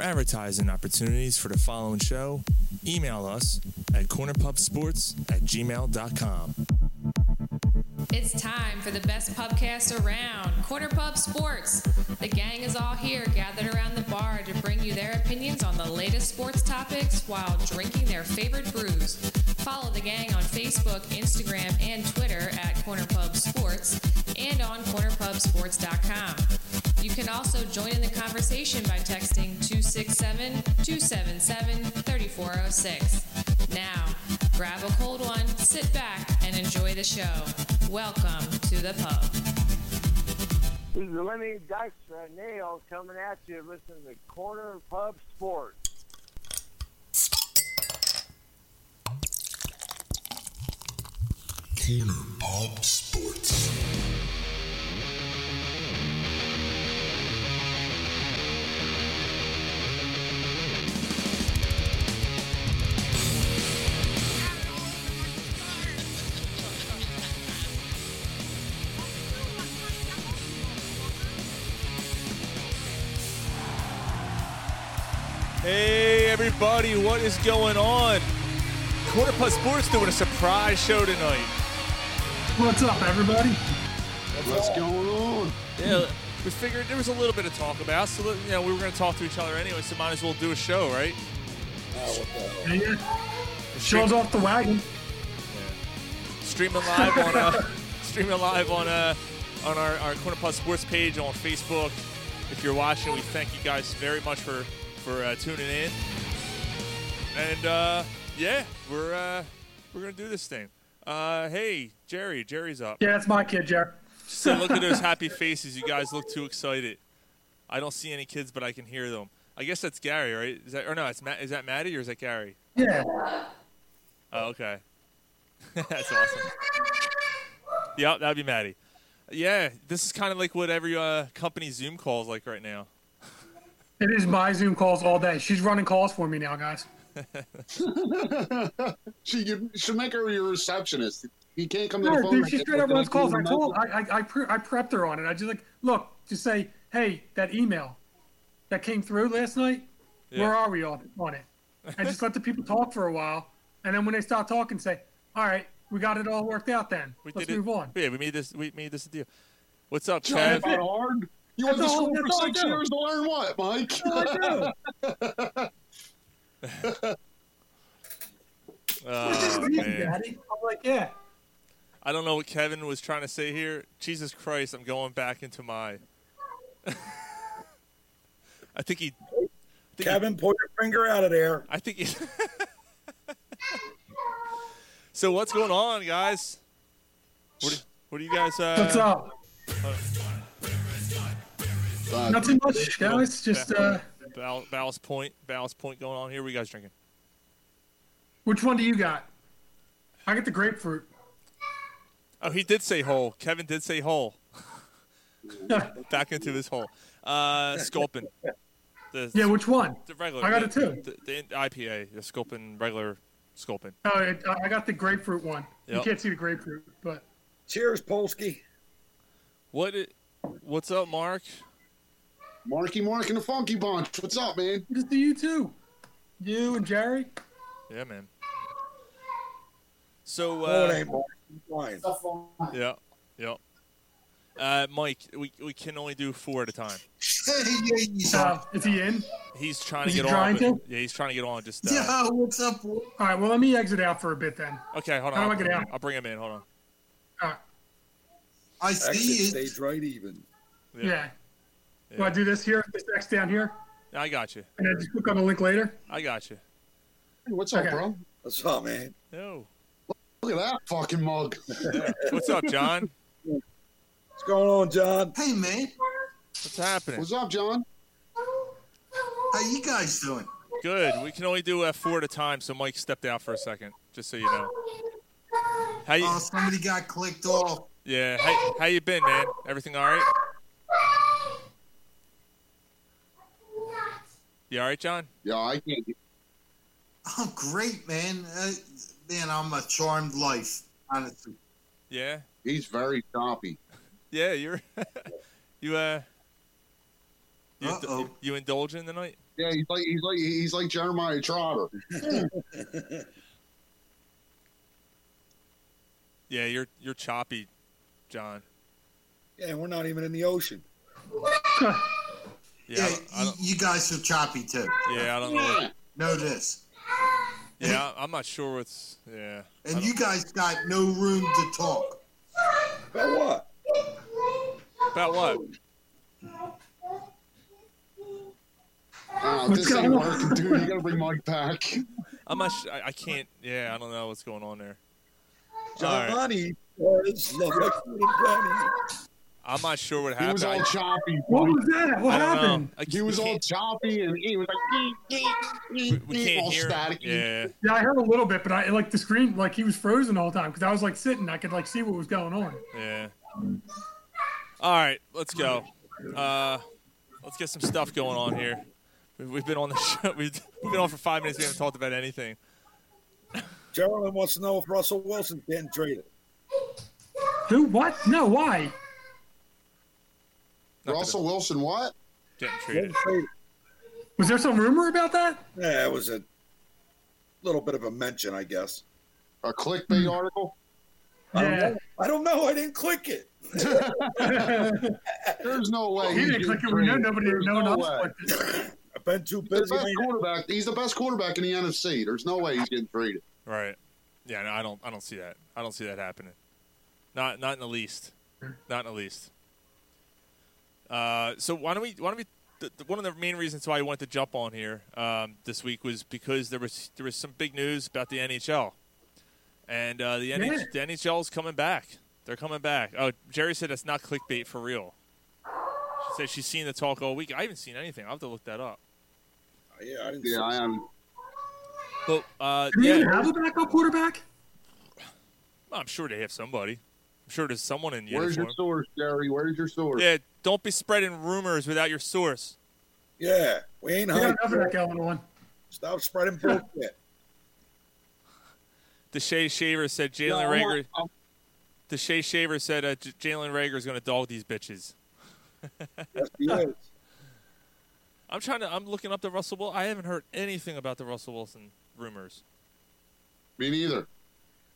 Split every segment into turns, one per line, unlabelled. advertising opportunities for the following show, email us at cornerpubsports at gmail.com.
It's time for the best pubcast around, Corner Pub Sports. The gang is all here gathered around the bar to bring you their opinions on the latest sports topics while drinking their favorite brews. Follow the gang on Facebook, Instagram, and Twitter at Corner Pub Sports and on cornerpubsports.com. You can also join in the conversation by texting 267 277 3406. Now, grab a cold one, sit back, and enjoy the show. Welcome to the pub.
This is Lemmy Dykstra Nail coming at you. Listen to Corner Pub Sports.
Corner Pub Sports.
Hey everybody, what is going on? Quarter Pub Sports doing a surprise show tonight.
What's up, everybody?
What's going on?
Yeah, we figured there was a little bit of talk about, so you know we were going to talk to each other anyway, so might as well do a show, right?
Yeah, yeah. Show's off the wagon.
Streaming live on uh, streaming live on uh, on our, our Corner Pub Sports page on Facebook. If you're watching, we thank you guys very much for for uh, tuning in. And uh, yeah, we're uh, we're gonna do this thing. Uh, hey, Jerry, Jerry's up.
Yeah, that's my kid, Jared.
So look at those happy faces. You guys look too excited. I don't see any kids, but I can hear them. I guess that's Gary, right? Is that or no? It's Matt. Is that Maddie or is that Gary?
Yeah.
Oh, okay. that's awesome. Yep, that'd be Maddie. Yeah, this is kind of like what every uh, company Zoom calls like right now.
It is my Zoom calls all day. She's running calls for me now, guys.
She you should make her your receptionist. He can't come to the
No,
phone.
dude,
right
she
now.
straight up
Can I
runs
call
calls.
him
I
back?
told I I, I, pre- I prepped her on it. I just like, look, just say, hey, that email that came through last night, where are we on, on it? And just let the people talk for a while. And then when they stop talking, say, all right, we got it all worked out then.
We
Let's
did
move
it.
on.
Yeah, we made this. We made this a deal. What's up,
Try
Chad?
about hard. You went to
That's all-
school for
that's all I
six
do.
years to learn what, Mike?
That's all I do.
Oh,
Easy,
man.
Daddy. I'm like, yeah.
I don't know what Kevin was trying to say here. Jesus Christ, I'm going back into my. I think he.
Kevin, pull your finger out of there.
I think. He... so what's going on, guys? What, do- what do you guys? Uh,
What's up?
Uh,
Nothing much, guys. Just uh,
Ball- Ballast Point, Ballast Point going on here. What are you guys drinking?
which one do you got? I got the grapefruit.
Oh, he did say hole. Kevin did say hole. Back into his hole. Uh, Sculpin. The,
Yeah, which one?
the regular.
I got
the-
it too.
The, the IPA, the Sculpin, regular Sculpin.
Oh, it, I got the grapefruit one.
Yep.
You can't see the grapefruit, but
Cheers, Polsky.
What? i- What's up, Mark?
Marky Mark and the Funky Bunch. What's up, man?
just the you two, you and Jerry.
Yeah, man. So,
Oh, it
uh,
ain't Mark. He's lying.
yeah, yeah. Uh, Mike, we, we can only do four at a time.
Uh, is he in?
He's trying
Is
to
he
get
trying
on. but-
to?
Yeah, he's trying to get on. Just uh,
what's up? boy?
All right. Well, let me exit out for a bit then. Uh,
okay. Hold
How
on.
do
I'll
I get
bring-
out?
I'll bring him in. Hold on.
All right.
I
Exit
see it.
stays right even.
Yeah. Do I do this here? This X down here,
I got you.
and then just click on the link later.
I got you.
Hey, What's up,
Okay.
bro?
What's up, Oh, man?
No.
Look at that fucking mug.
What's up, John?
What's going on, John?
Hey man,
What's happening?
What's up, John?
how you guys doing?
Good. We can only do uh, four at a time, so Mike stepped out for a second, just so you know. How you?
Oh, somebody got clicked off.
Yeah. How, how you been, man? Everything all right? You all right, John?
Yeah, I can't. get-
I'm Oh, great, man. Uh, man, I'm a charmed life, honestly.
Yeah.
He's very choppy.
Yeah. You're. you uh. You,
Uh-oh.
you indulging tonight?
Yeah, he's like he's like he's like Jeremiah Trotter.
Yeah, you're you're choppy, John.
Yeah, and we're not even in the ocean.
Yeah, I
Yeah,
don't- I don't,
you guys are choppy too.
yeah, I don't know. what-
Know this.
Yeah, I'm not sure what's. Yeah, I
And
don't-
you guys got no room to talk.
About what?
about what?
Oh,
What's
this ain't
going
working, dude. You gotta bring Mike back.
I'm not. Sh- I, I can't. Yeah, I don't know what's going on there. All right.
Johnny does love like food and plenty.
I'm not sure what
He
happened.
was
I,
all choppy.
What was that? What
I don't
happened?
know. I,
He
we
was all
can't-
choppy, and he was like, "Ee, ee, ee,
we
ee,"
can't
all
hear.
staticky.
Yeah,
Yeah, I heard a little bit, but I like the screen, like he was frozen all the time because I was like sitting, I could like see what was going on.
yeah. All right, let's go. Uh, let's get some stuff going on here. We've, we've been on the show. We've, we've been on for five minutes. We haven't talked about anything.
Geraldine wants to know if Russell Wilson's getting traded.
Who? What? No, why?
Not
Russell Wilson, what?
Getting
Getting
traded.
traded.
Was there some rumor about that?
Yeah, it was a little bit of a mention, I guess.
A
Hmm.
clickbait article?
I don't
Yeah.
know. I don't know. I didn't click it.
There's no way.
He didn't
he's
click it.
getting
We know
traded.
nobody,
There's
no one
no
else
way.
clicked it.
I've been too
He's
busy.
the best quarterback. He's the best quarterback in the NFC. There's no way he's getting traded.
Right. Yeah. No, I don't. I don't see that. I don't see that happening. Not. Not in the least. Not in the least. Uh, so why don't we? Why don't we? The, the, one of the main reasons why I wanted to jump on here um, this week was because there was there was some big news about the NHL, and uh, the, NH,
Yeah.
the NHL is coming back. They're coming back. Oh, Jerry said that's not clickbait for real. She said she's seen the talk all week. I haven't seen anything. I will have to look that up.
Yeah, I didn't
Yeah, I
see-
am.
But uh,
Do they
yeah,
even have a backup quarterback?
I'm sure they have somebody. I'm sure there's someone in
Where's
uniform.
your source, Jerry? Where's your source?
Yeah, don't be spreading rumors without your source.
yeah. We ain't
We
high.
got nothing that going on.
Stop spreading bullshit.
Deshae Shaver said
No,
Jalen
I'm not-
Rager.
I'm-
Deshae Shaver said uh, J- Jalen Rager is going to dog these bitches.
Yes, he is.
I'm trying to. I'm looking up the Russell. Wil- I haven't heard anything about the Russell Wilson rumors.
Me neither.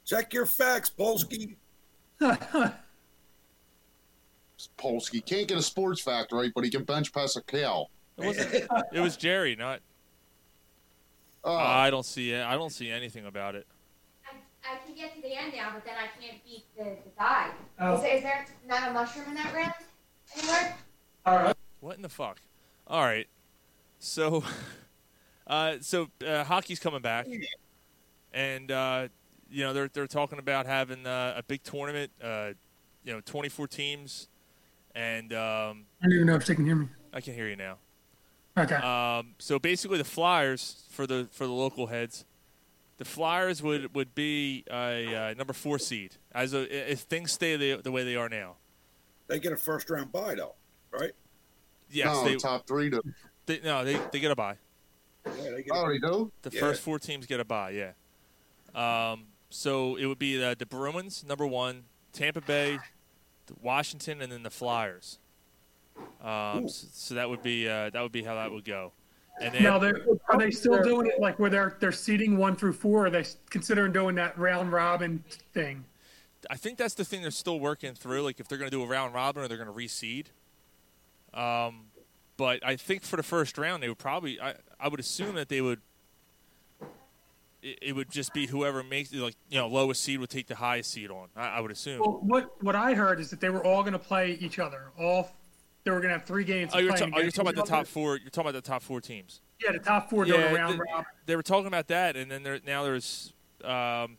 Check your facts, Polsky.
Polsky can't get a sports fact right, but he can bench pass a cow.
It wasn't. it was Jerry, not.
Uh,
I don't see it. I don't see anything about it.
I, I can get to the end now, but then I can't beat the, the guy.
Oh.
Is, there- is there not a mushroom in that round anywhere?
All right.
What in the fuck? All right. So, uh, so uh, hockey's coming back, and uh, you know they're they're talking about having uh, a big tournament. Uh, you know, 24 teams, and um,
I don't even know if they can hear me.
I can hear you now.
Okay.
Um, so basically, the Flyers for the for the local heads, the Flyers would would be a uh, number four seed as a, if things stay the, the way they are now.
They get a first round bye though, right?
Yes,
no,
they,
top three to.
they no they they get a bye.
Yeah, they get
Oh, they do.
The
Yeah.
first four teams get a bye, yeah. Um, so it would be uh, the, the Bruins, number one, Tampa Bay, the Washington, and then the Flyers. Um, s- so, that would be uh, that would be how that would go. And then
Now, they're, are they still doing it like where they're they're seating one through four? Or are they s- considering doing that round robin thing?
I think that's the thing they're still working through. Like if they're going to do a round robin or they're going to reseed. Um, but I think for the first round they would probably I I would assume that they would. It, it would just be whoever makes like you know lowest seed would take the highest seed on. I, I would assume.
Well, what what I heard is that they were all going to play each other. All they were going to have three games.
Oh,
of
you're, ta-
playing
oh, you're
against
talking about
each
the top
other.
four. You're talking about the top four teams.
Yeah, the top four doing a round
they,
robin.
they were talking about that, and then there, now there's, um,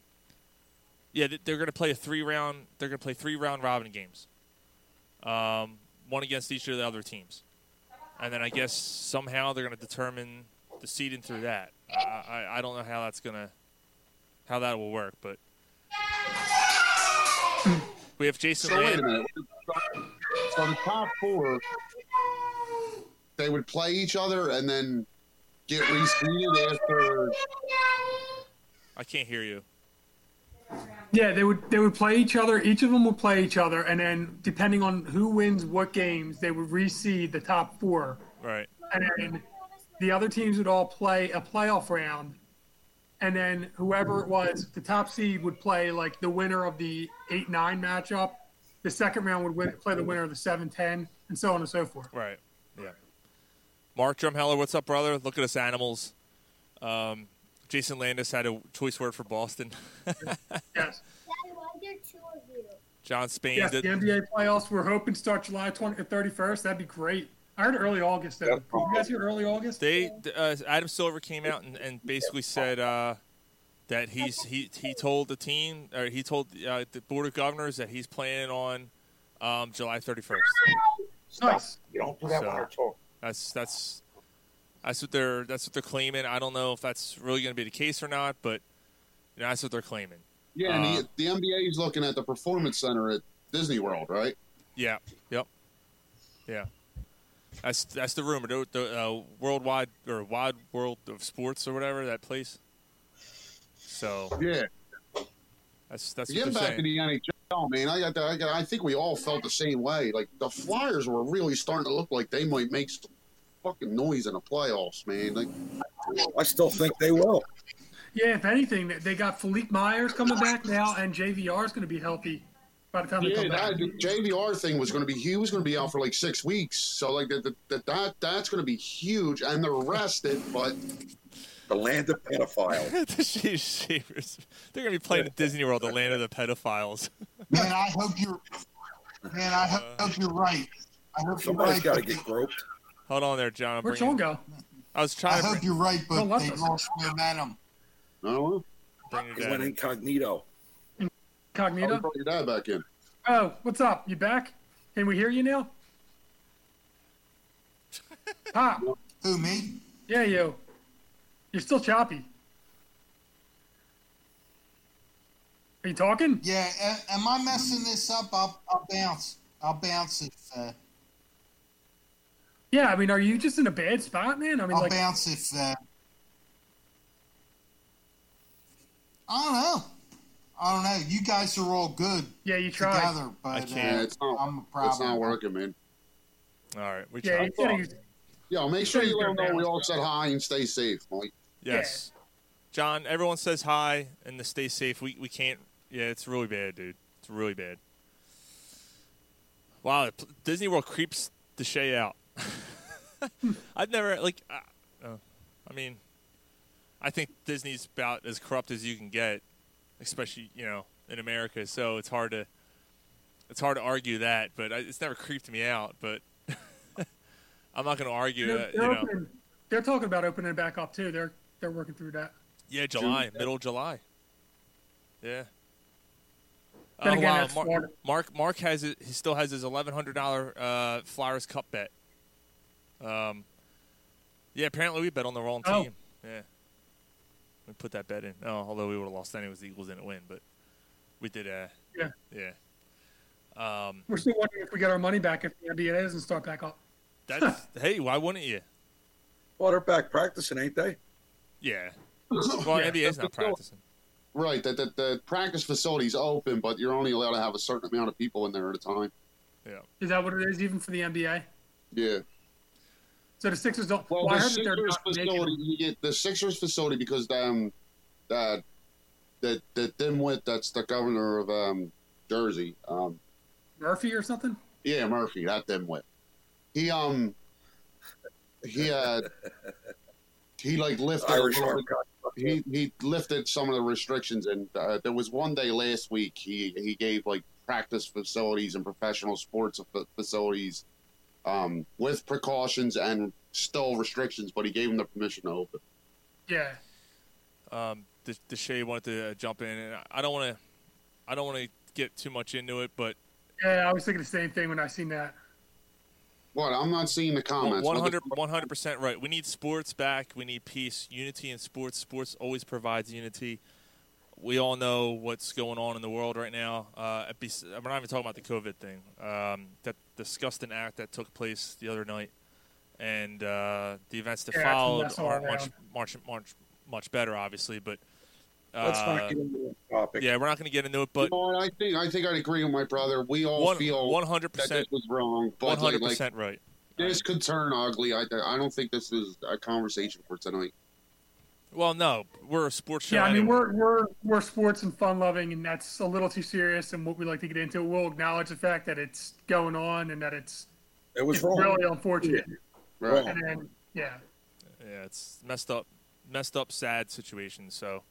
yeah, they- they're going to play a three round. They're going to play three round robin games, um, one against each of the other teams, and then I guess somehow they're going to determine the seeding through that. I, I, I don't know how that's going to, how that will work, but we have Jason.
So wait a
Land-
minute. So the top four, they would play each other and then get reseeded after.
I can't hear you.
Yeah, they would they would play each other. Each of them would play each other, and then depending on who wins what games, they would reseed the top four,
All right.
and then the other teams would all play a playoff round, and then whoever it was, the top seed would play like the winner of the eight nine matchup. The second round would win, play the winner of the seven ten, and so on and so forth.
Right. Yeah. Mark Drumheller, what's up, brother? Look at us animals. Um, Jason Landis had a choice word for Boston.
yes.
John Spain.
Yes, the
did-
NBA playoffs. We're hoping to start July 20 or 31st. That'd be great. I heard early August though. Did you guys hear early August?
They uh, Adam Silver came out and, and basically said uh, that he's he he told the team or he told uh, the board of governors that he's planning on um, July 31st.
Nice.
You don't do that when I talk.
That's that's that's what they're that's what they're claiming. I don't know if that's really going to be the case or not, but you know, that's what they're claiming.
Yeah, and
Uh,
the, the NBA is looking at the Performance Center at Disney World, right?
Yeah. Yep. Yeah. That's that's the rumor. The, the uh, worldwide or wide world of sports or whatever that place. So
yeah,
that's that's what
Getting
they're
back
saying.
to the NHL, man, I got, the, I got. I think we all felt the same way. Like the Flyers were really starting to look like they might make some fucking noise in the playoffs, man. Like,
I still think they will.
Yeah, if anything, they- they got Philippe Myers coming back now, and JVR is going to be healthy by the time they
Yeah,
come back.
that, the JVR thing was going to be he was going to be out for like six weeks, so like that that that that's going to be huge, and they're rested, but
the land of pedophiles.
The Shea Shavers. They're gonna be playing at Disney World, the land of the pedophiles.
Man, I hope you're. Man, I hope, hope you're right. I hope you're right.
gotta get groped.
Hold on there, John. I'm
Where'd
bringing-
Sean go?
I was
I
trying to
hope
bring,
you're right, but
Don't let
they
us.
lost momentum.
No.
bring
He
your
went
dad.
incognito.
Cognito.
Bring your dad back in.
Oh, what's up? You back? Can we hear you now? Pop.
Who me?
Yeah, you. You're still choppy. Are you talking?
Yeah. a- Am I messing this up? I'll, I'll bounce. I'll bounce if. Uh,
Yeah, I mean, are you just in a bad spot, man? I mean,
I'll
like,
bounce if. Uh, I don't know. I don't know. You guys are all good.
Yeah, you
tried. Together, but uh,
I
Yeah,
can't.
it's not,
I'm a
It's not
problem.
working, man.
All right, we
yeah,
tried.
you gotta use-
Yo, make sure you let them know we all said hi and stay safe, Mike.
Yes. John, everyone says hi and to stay safe. We we can't. Yeah, it's really bad, dude. It's really bad. Wow, it- Disney World creeps the Shay out. I've never like. Uh, uh, I mean, I think Disney's about as corrupt as you can get, especially you know in America. So it's hard to it's hard to argue that, but I, it's never creeped me out. But I'm not going to argue.
they're,
uh, you
they're
know,
opening, they're talking about opening it back up too. They're they're working through that.
Yeah, July, middle of July. Yeah. Oh,
Then again,
wow,
that's
Mark,
Florida.
Mark Mark has it, he still has his eleven hundred dollar uh, Flowers Cup bet. Um, yeah, apparently we bet on the wrong
Oh.
team. Yeah, we put that bet in. Oh, although we would have lost anyways, the Eagles didn't win, but we did. Uh,
Yeah.
yeah. Um,
We're still wondering if we get our money back if the NBA doesn't start back up.
that's hey, why wouldn't you?
Well, they're back practicing, ain't they?
Yeah. Well, NBA's not practicing.
Right, that the, the practice facility's open, but you're only allowed to have a certain amount of people in there at a time.
Yeah.
Is that what it is, even for the NBA?
Yeah.
So the Sixers don't.
Well,
well, I
the
heard that they're
Sixers
not making-
facility, you get the Sixers facility because um, that that that dimwit that's the governor of um Jersey, um,
Murphy or something.
yeah Murphy, that dimwit. He um he uh he like lifted a
Irish
little bit-
armcock.
he he lifted some of the restrictions, and uh, there was one day last week he he gave like practice facilities and professional sports fa- facilities um, with precautions and still restrictions, but he gave them the permission to open.
Yeah.
um, the, the Shea wanted to uh, jump in, and I- I don't want to, I don't want to get too much into it, but
Yeah, I was thinking the same thing when I seen that.
What? I'm not seeing the comments. What the-
100 percent right. We need sports back. We need peace, unity in sports. Sports always provides unity. We all know what's going on in the world right now. Uh, it bes- I'm not even talking about the COVID thing. Um, that disgusting act that took place the other night, and uh, the events that
Yeah, it's a
followed
mess all
aren't much,
around.
much, much, much better, obviously. But
Let's
uh,
not get into that topic.
yeah, we're not going to get into it. But
You know what, I think I think I'd agree with my brother. We all
One-
feel
100%
that this was wrong,
One
but like,
hundred
like
percent right.
This could turn ugly. I, I don't think this is a conversation for tonight.
Well, no, we're a sports show.
Yeah, I mean
anyway.
we're we're we're sports and fun loving, and that's a little too serious. And what we like to get into, we'll acknowledge the fact that it's going on and that it's
It was
it's
wrong.
really unfortunate.
Yeah. Right.
And then, yeah,
yeah, it's messed up, messed up, sad situation. So,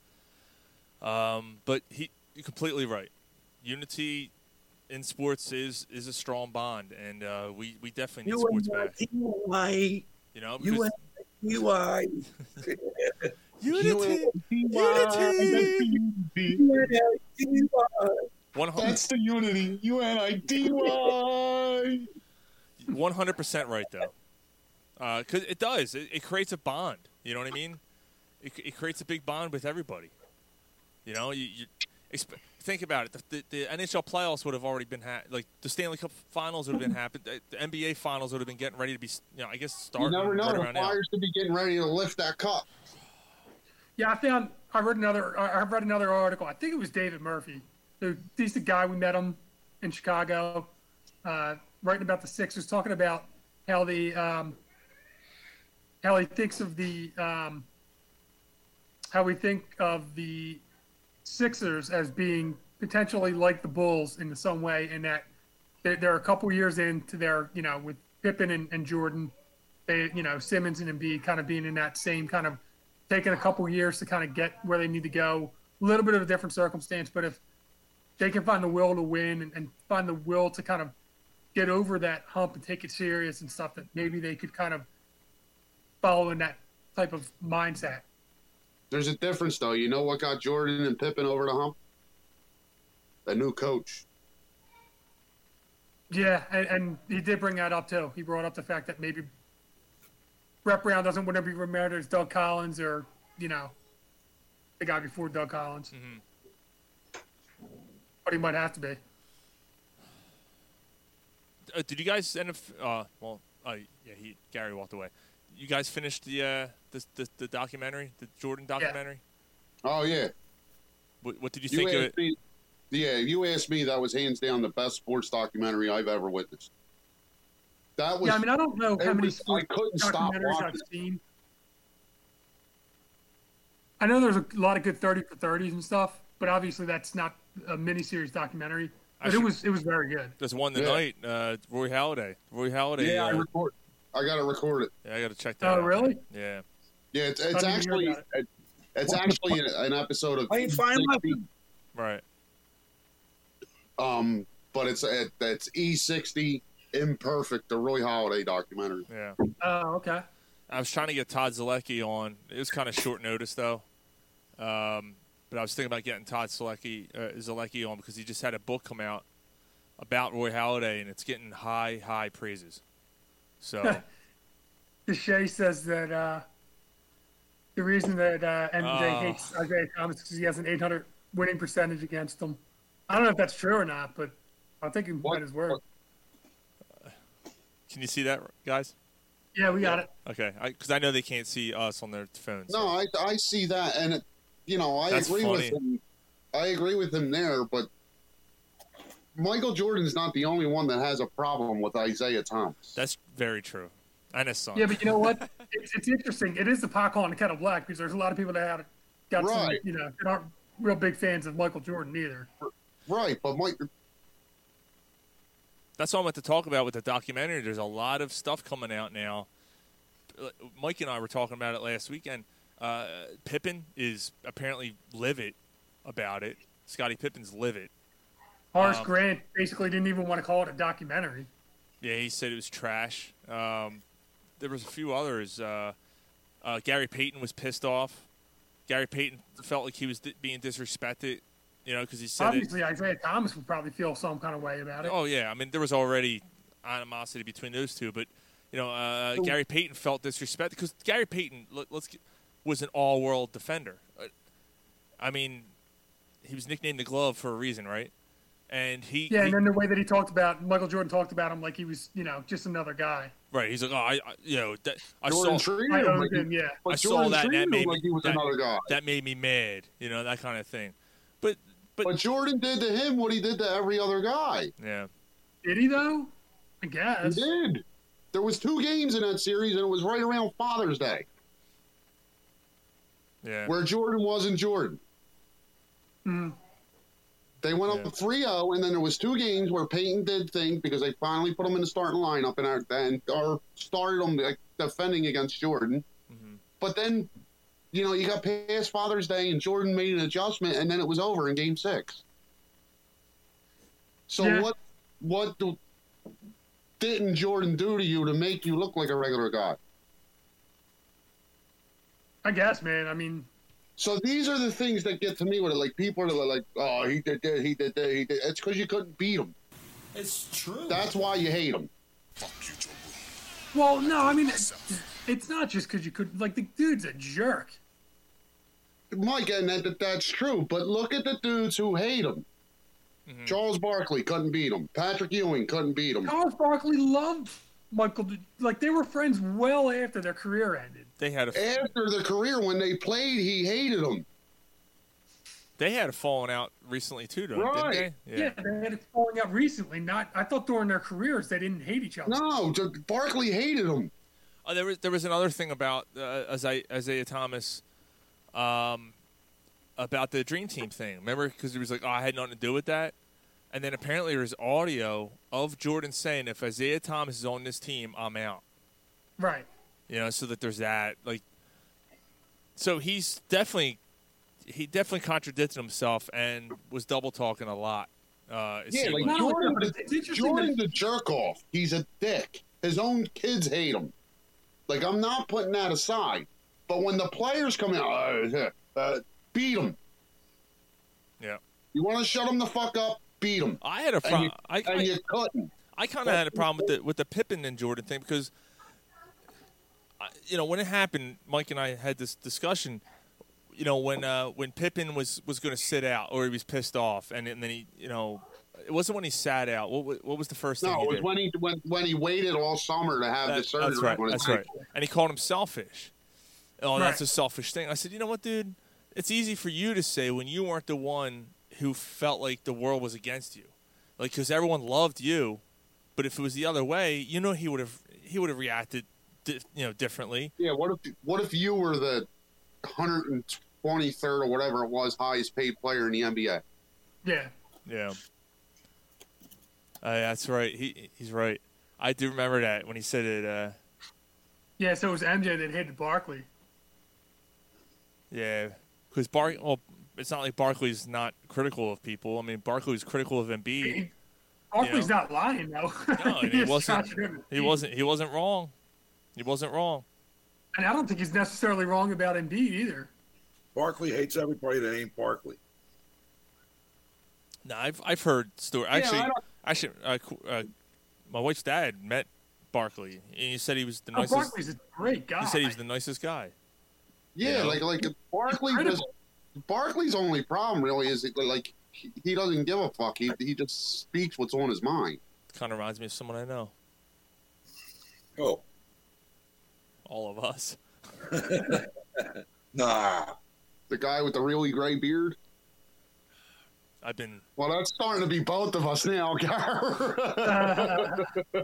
um, but he you're completely right. Unity in sports is is a strong bond, and uh, we we definitely need sports back.
UNITY.
You know, because
UNITY.
unity, unity, one hundred
That's the unity. U N I D Y.
One hundred percent right though, because it does. It, it creates a bond. You know what I mean? It, it creates a big bond with everybody. You know, you, you exp- think about it. The, the, the NHL playoffs would have already been ha- like the Stanley Cup Finals would have been happened. The, the NBA Finals would have been getting ready to be. You know, I guess
You
starting
never know.
right
The
around now.
Flyers could be getting ready to lift that cup.
yeah. I found I read another I I read another article. I think it was David Murphy, the decent guy we met him in Chicago, uh, writing about the Sixers, talking about how the um, how he thinks of the um, how we think of the Sixers as being potentially like the Bulls in some way, in that they're, they're a couple years into their, you know, with Pippen and, and Jordan, they, you know, Simmons and Embiid kind of being in that same kind of taking a couple years to kind of get where they need to go. A little bit of a different circumstance, but if they can find the will to win and, and find the will to kind of get over that hump and take it serious and stuff, that maybe they could kind of follow in that type of mindset.
There's a difference, though. You know what got Jordan and Pippen over the hump? A new coach.
Yeah, and, and he did bring that up too. He brought up the fact that maybe Brett Brown doesn't want to be remembered as Doug Collins or you know the guy before Doug Collins, but he might have to be.
Uh, did you guys end up? Uh, well, uh, yeah, he Gary walked away. You guys finished the uh, the, the the documentary, the Jordan documentary.
Oh yeah.
What, what did you,
You
think of
asked
it?
me. Yeah, you asked me. That was hands down the best sports documentary I've ever witnessed. That was.
Yeah, I mean I don't know how
it
many
was- I couldn't stop
documentaries I've
watching.
seen. I know there's a lot of good thirty for thirties and stuff, but obviously that's not a miniseries documentary. But
should-
it was it was very good.
There's one tonight. Uh, Roy Halladay. Roy Halladay.
yeah, I
uh,
record. I got to record it.
yeah, I got to check that.
Oh
out.
really?
Yeah.
Yeah, it's,
I
it's
didn't hear
actually
about
it's actually an- an episode of
I ain't fine nothing.
Right.
um, but it's it, it's E60 imperfect, the Roy Holiday documentary.
Yeah.
Oh okay.
I was trying to get Todd Zalecki on. It was kind of short notice though. Um, but I was thinking about getting Todd Zalecki, uh, Zalecki on because he just had a book come out about Roy Halladay, and it's getting high, high praises. So.
Deshay says that uh, the reason that uh, MJ
Oh.
hates Isaiah Thomas is because he has an 800 winning percentage against him. I don't know if that's true or not, but I think he might as well.
Can you see that, guys?
Yeah, we got it.
Okay, because I, know they can't see us on their phones.
No, I I see that, and it, you know I
That's
agree
funny.
with him. I agree with him there, but Michael Jordan's not the only one that has a problem with Isaiah Thomas.
that's very true. And his son.
Yeah, but you know what? it's, it's interesting. It is the pot calling the kettle black because there's a lot of people that had, got some,
Right.
you know, that aren't real big fans of Michael Jordan either.
right, but Mike,
that's all I meant to talk about with the documentary. There's a lot of stuff coming out now. Uh, Mike and I were talking about it last weekend. Uh, Pippen is apparently livid about it. Scotty Pippen's livid.
Horace Grant basically didn't even want to call it a documentary.
Yeah, he said it was trash. Um, there was a few others. Uh, uh, Gary Payton was pissed off. Gary Payton felt like he was di- being disrespected, you know, because he said it.
Obviously, Isaiah Thomas would probably feel some kind of way about it.
Oh yeah, I mean there was already animosity between those two, but you know uh, Gary Payton felt disrespect because Gary Payton let, let's get, was an all-world defender. Uh, I mean, he was nicknamed the Glove for a reason, right? And he,
Yeah,
he-
and then the way that he talked about Michael Jordan talked about him like he was, you know, just another guy.
right, he's like, oh, I, I you know, that, I
Jordan
saw
treated
I
him
owned
like he-
him, yeah.
but
I saw
Jordan
that, and that
treated him
made me-
like he was
that-
another guy.
that made me mad, you know, that kind of thing. But but
But Jordan did to him what he did to every other guy.
yeah,
Did he though? I guess.
He did. There was two games in that series, and it was right around Father's Day
Yeah.
where Jordan wasn't Jordan.
Hmm.
They went up 3 0, and then there was two games where Peyton did things because they finally put him in the starting lineup and, our, and or started him like, defending against Jordan.
Mm-hmm.
But then, you know, you got past Father's Day, and Jordan made an adjustment, and then it was over in Game Six. So
Yeah.
what what do, didn't Jordan do to you to make you look like a regular guy?
I guess, man. I mean,
So these are the things that get to me with it. Like people are like, "Oh, he did that, he did that, he did." It's because you couldn't beat him.
It's true.
That's why you hate him.
well, no, I mean, it's not just because you could. Like, the dude's a jerk.
Mike, and that, that- that's true. But look at the dudes who hate him.
Mm-hmm.
Charles Barkley couldn't beat him. Patrick Ewing couldn't beat him.
Charles Barkley loved Michael. Like, they were friends well after their career ended.
They had a
After the career, when they played, he hated him.
they had a falling out recently too, though,
Right.
didn't they?
Yeah, they had it falling out recently. Not, I thought during their careers they didn't hate each other.
No, Barkley hated him.
Oh, there was there was another thing about uh, Isaiah, Isaiah Thomas, um, about the Dream Team thing. Remember, because he was like, "Oh, I had nothing to do with that," and then apparently there was audio of Jordan saying, "If Isaiah Thomas is on this team, I'm out."
Right.
You know, so that there's that. Like, so he's definitely he definitely contradicted himself and was double talking a lot. Uh, it
Yeah,
seemed
like
like.
Jordan, Jordan's a jerk off. He's a dick. His own kids hate him. Like I'm not putting that aside, but when the players come out, uh, uh, beat him.
Yeah.
You want to shut him the fuck up? Beat him.
I had a
And you,
problem. I,
and you couldn't.
I kind of had a problem with the with the Pippen and Jordan thing because, I, you know, when it happened, Mike and I had this discussion. You know, when uh, when Pippen was was going to sit out or he was pissed off, and, and then he, you know, it wasn't when he sat out. What wa- what was the first thing?
No,
he
it was
did?
when he when, when he waited all summer to have the
That-
surgery.
That's right.
when it
That's
happened.
right. And he called him selfish. Oh, that's
Right.
a selfish thing. I said, you know what, dude? It's easy for you to say when you weren't the one who felt like the world was against you, like because everyone loved you. But if it was the other way, you know he would have he would have reacted, di- you know, differently.
Yeah. What if what if you were the 123rd or whatever it was highest paid player in the NBA?
Yeah.
Yeah. Uh, that's right. He he's right. I do remember that when he said it. Uh,
Yeah, so it was MJ that hated Barkley.
Yeah, because Bar. Well, it's not like Barkley's not critical of people. I mean, Barkley's critical of Embiid.
Barkley's
You know?
not lying though.
No, and he
He's
wasn't.
contradicted.
He wasn't. He wasn't wrong. He wasn't wrong.
And I don't think he's necessarily wrong about Embiid either.
Barkley hates everybody that ain't Barkley.
No, I've I've heard story.
I
Actually,
don't-
actually, uh, qu- uh, my wife's dad met Barkley, and he said he was the
Oh,
nicest.
Barkley's a great guy.
He said he was the nicest guy.
Yeah,
Yeah.
like like Barkley just Barkley's only problem really is that, like he he doesn't give a fuck. He he just speaks what's on his mind.
Kind of reminds me of someone I know.
Oh,
all of us.
Nah.
The guy with the really gray beard.
I've been
Well, that's starting to be both of us now, Gar.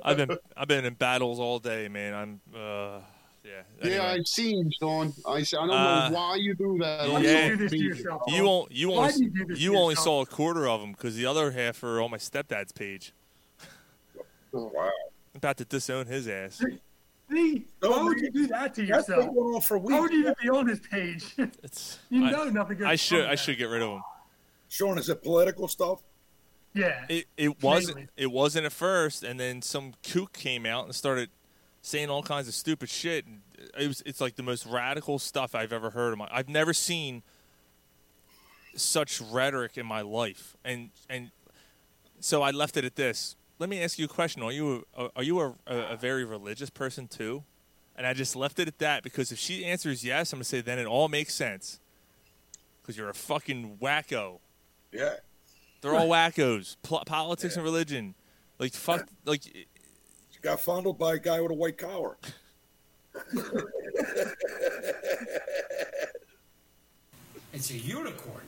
I've been I've been in battles all day, man. I'm. Uh, yeah.
yeah,
anyway.
I've seen Sean. I see, I don't
Uh,
know why you do that.
Yeah. You on- you
Why
only
do you do this to
you only
yourself?
saw a quarter of them because the other half are on my stepdad's page.
Wow.
About to disown his ass.
See, why would you do that to
That's been
yourself?
going on for
Why would you even be on his page? you know nothing good.
I should I should get rid of him.
Sean, is it political stuff?
Yeah.
It it wasn't it wasn't at first, and then some kook came out and started saying all kinds of stupid shit. And it was it's like the most radical stuff I've ever heard. In my, I've never seen such rhetoric in my life, and and so I left it at this. Let me ask you a question: Are you a, are you a, a, a very religious person too? And I just left it at that because if she answers yes, I'm gonna say then it all makes sense because you're a fucking wacko.
Yeah.
They're all wackos. Pol- politics and religion. Like fuck. Like
You got fondled by a guy with a white collar.
It's a unicorn.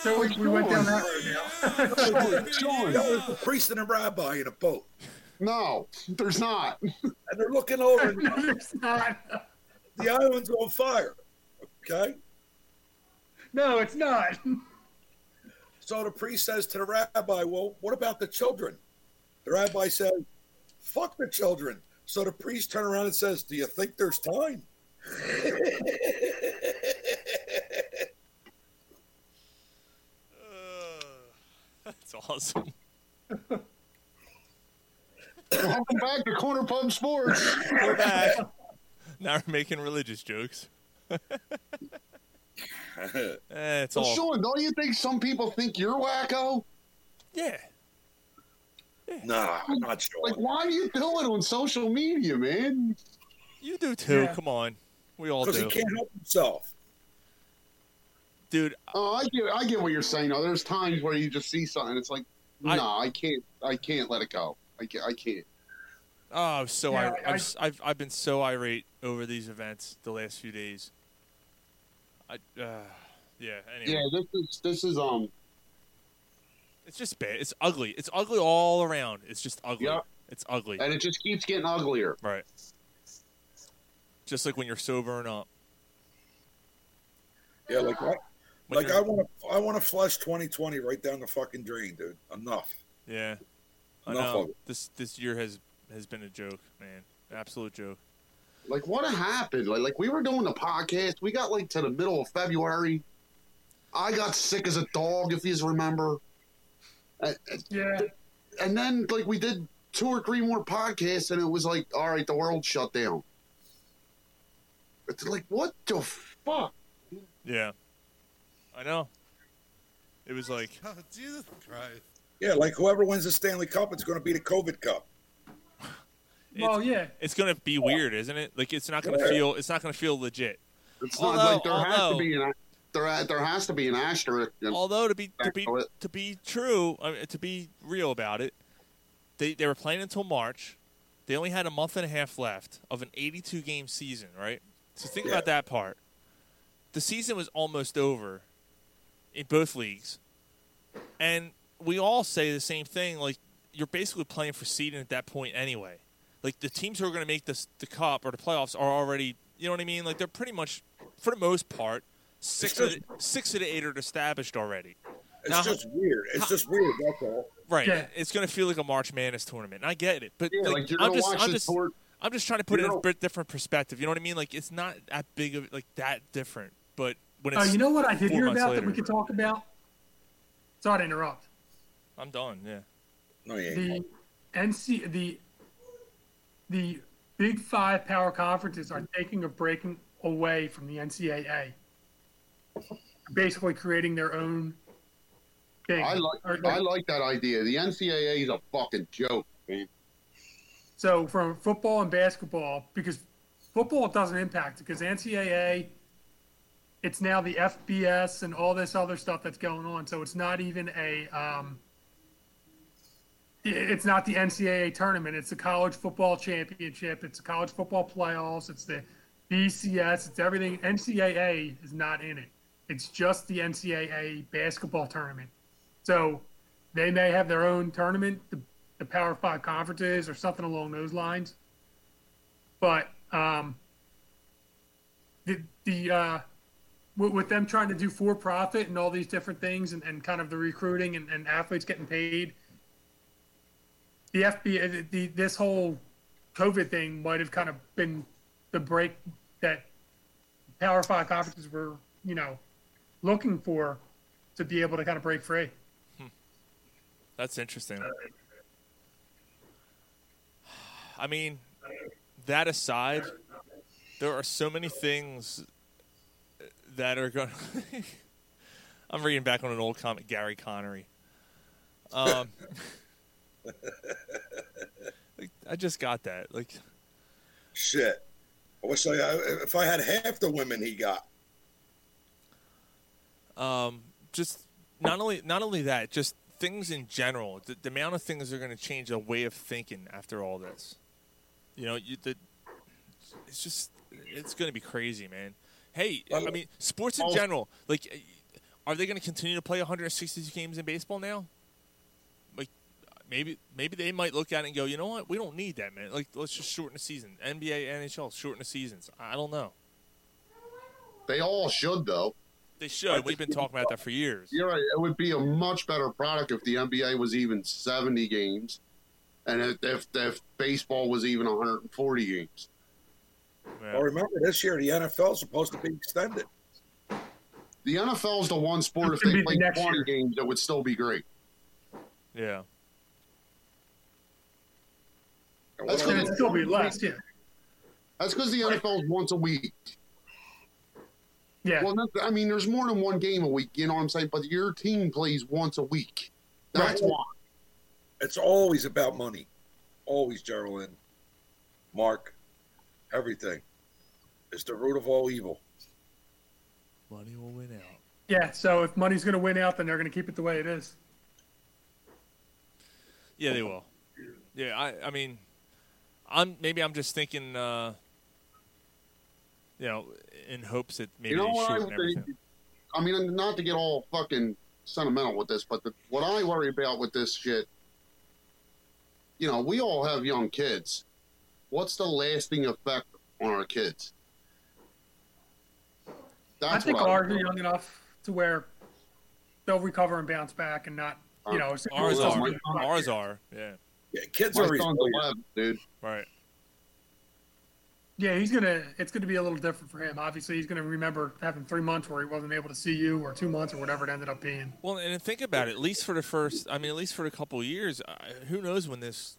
So we, we went down that road now.
That was the priest and the rabbi in a boat.
No, there's not.
And they're looking over. The island's on fire. Okay.
No, it's not.
So the priest says to the rabbi, "Well, what about the children?" The rabbi says, "Fuck the children." So the priest turns around and says, "Do you think there's time?"
That's awesome.
Welcome back to Corner Pub Sports.
We're back. Now we're making religious jokes. Eh, it's
Well,
all.
Sean, don't you think some people think you're wacko?
Yeah.
Nah, I'm not sure.
Like, why do you do it on social media, man?
You do too. Come on, we all do.
Because he can't
help himself,
dude.
Oh, I get, I get what you're saying. Though there's times where you just see something, it's like, no, nah, I can't, I can't let it go. I can't, I can't.
Oh, I'm so
Yeah,
ir-
I-
I'm, s- I've I've been so irate over these events the last few days. I uh, yeah. Anyway,
Yeah, this is, this is, um,
it's just bad. It's ugly. It's ugly all around. It's just ugly. It's ugly.
and it just keeps getting uglier.
Right. Just like when you're uh, sobering up.
Yeah, like what?
When
Like
you're-
I want to, I want to flush 2020 right down the fucking drain, dude. Enough.
Yeah. I
Enough
know.
of it.
This this year has has been a joke, man. Absolute joke.
Like, what happened? Like, like we were doing the podcast. We got like to the middle of February. I got sick as a dog, if you remember.
yeah.
And then, like, we did two or three more podcasts, and it was like, all right, the world shut down. It's like, what the fuck?
Yeah. I know. It was like
Jesus Christ.
Yeah, like whoever wins the Stanley Cup, it's going to be the COVID Cup.
Well, yeah.
it's gonna be weird, isn't it? Like it's not gonna
Yeah.
feel it's not gonna feel legit.
It's
Although-
not like there has to
although-
be an there there has to be an asterisk.
Although to be to be to be true, I mean, to be real about it, they they were playing until March. They only had a month and a half left of an 82 game season, right? So think about that part. The season was almost over in both leagues, and we all say the same thing. Like you're basically playing for seeding at that point anyway. Like the teams who are going to make this the cup or the playoffs are already, you know what I mean? Like they're pretty much, for the most part, six of the, six of the eight are established already.
Uh-huh.
It's
Now-
just weird. It's just weird. That's all.
Right. It's going to feel like a March Madness tournament. And I get it, but
Yeah,
like,
like, you're
I'm
gonna
just,
watch
I'm
this
just,
tour-
I'm just trying to put it
you
in a
know-
bit different perspective. You know what I mean? Like it's not that big of like that different, but when
Oh,
it's
you know what I
four
did hear
months
about
later,
that we could talk about? Sorry to interrupt.
I'm done. Yeah.
No, you
The NC the the Big Five power conferences are taking a break away from the NCAA, basically creating their own thing.
I
Or,
like I like that idea. The NCAA is a fucking joke, man.
So from football and basketball, because football doesn't impact because NCAA, it's now the FBS and all this other stuff that's going on. So it's not even a, um, i- it's not the NCAA tournament. It's the college football championship. It's the college football playoffs. It's the BCS. It's everything. NCAA is not in it. It's just the NCAA basketball tournament. So they may have their own tournament, the, the Power Five conferences or something along those lines. But um, the the uh, with, with them trying to do for profit and all these different things and, and kind of the recruiting and, and athletes getting paid, the FB the, the this whole COVID thing might have kind of been the break that Power Five conferences were you know looking for to be able to kind of break free.
That's interesting. I mean, that aside, there are so many things that are going. I'm reading back on an old comic, Gary Connery. Um, like, I just got that. Like,
Shit. I wish I, I- if I had half the women he got.
um, just not only not only that, just things in general. The, the amount of things that are going to change the way of thinking after all this. You know, you, the, it's just it's going to be crazy, man. Hey, I mean, sports in
Oh.
general. Like, are they going to continue to play 162 games in baseball now? Like, maybe maybe they might look at it and go, you know what, we don't need that man. Like let's just shorten the season. NBA, NHL, shorten the seasons. I don't know.
They all should though.
They should. We've been talking about that for years.
You're right. It would be a much better product if the NBA was even 70 games, and if if, if baseball was even 140 games.
Well, remember this year the NFL is supposed to be extended.
The NFL is the one sport if
It'd
they
be
played
next
20
year.
games that would still be great.
Yeah.
That's
And it'd still be less, yeah.
That's because the NFL is once a week.
Yeah.
Well, not, I mean, there's more than one game a week. You know what I'm saying? But your team plays once a week. That's why.
It's always about money. Always, Geraldine, Mark, everything. It's the root of all evil.
Money will win out.
Yeah, so if money's going to win out, then they're going to keep it the way it is.
Yeah, they will. Yeah, I, I mean, I'm maybe I'm just thinking, uh, you know, in hopes that maybe
you know
they
what? I,
shorten everything.
think- I mean, not to get all fucking sentimental with this, but the, what I worry about with this shit, you know, we all have young kids. What's the lasting effect on our kids?
I think
what I-
ours are young enough to where they'll recover and bounce back and not, you know. it's-
ours
it's-
are,
it's-
ours are, yeah.
Yeah, kids
My are son's resilient. 11, dude.
Right.
Yeah, he's gonna. It's gonna be a little different for him. Obviously, he's gonna remember having three months where he wasn't able to see you, or two months, or whatever it ended up being.
Well, and think about it. At least for the first, I mean, at least for a couple of years, I, who knows when this?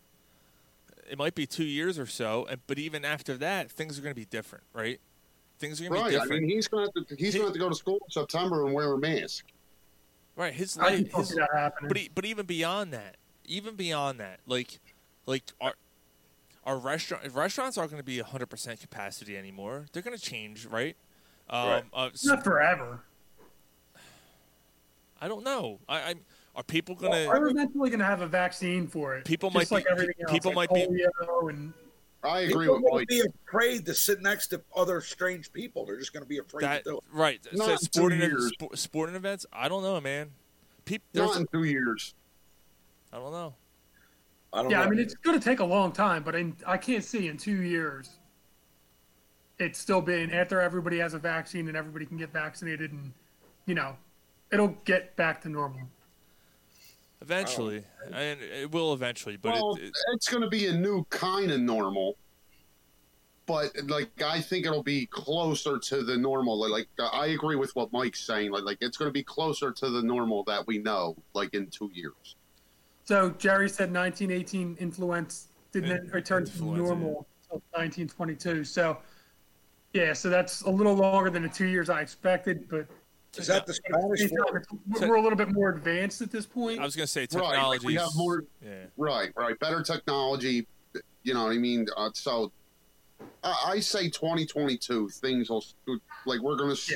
It might be two years or so, and but even after that, things are going to be different, right? Things are going to be
Right. I
different.
mean, he's going to have to he's going to have to go to school in September and wear a mask.
Right, his
I can
life. His,
see that happening.
but e but even beyond that, even beyond that, like like our our restaurant restaurants aren't going to be hundred percent capacity anymore. They're going to change, right? Um,
Right.
uh, s-
Not forever.
I don't know. I, I are people going
Well,
to
we're eventually gonna have a vaccine for it.
People
just
might
like
be-
everything else,
people
like
might be-
polio and
I
agree with Mike. Be afraid to sit next to other strange people. They're just going to be afraid
that
to do it.
right?
Not
so
in two
sporting ev-
years.
spo- sporting events. I don't know, man. People,
Not in two years.
I don't know.
I
yeah, I mean, it's going to take a long time, but in, I can't see in two years it's still being after everybody has a vaccine and everybody can get vaccinated, and you know, it'll get back to normal.
eventually, and it will eventually. But
well,
it, it,
it's going to be a new kind of normal, but like I think it'll be closer to the normal. Like, like, I agree with what Mike's saying. Like, like it's going to be closer to the normal that we know. Like in two years.
So Jerry said 1918 influence didn't
In-
return to
influenza,
normal until 1922. So yeah, so that's a little longer than the two years I expected, but
Is that the Spanish
We're- uh, We're a little bit more advanced at this point.
I was going to say
Right, like,
technology.
we have more-
Yeah.
Right, right. Better technology. You know what I mean? Uh, so I, I say 2022 things will like we're going to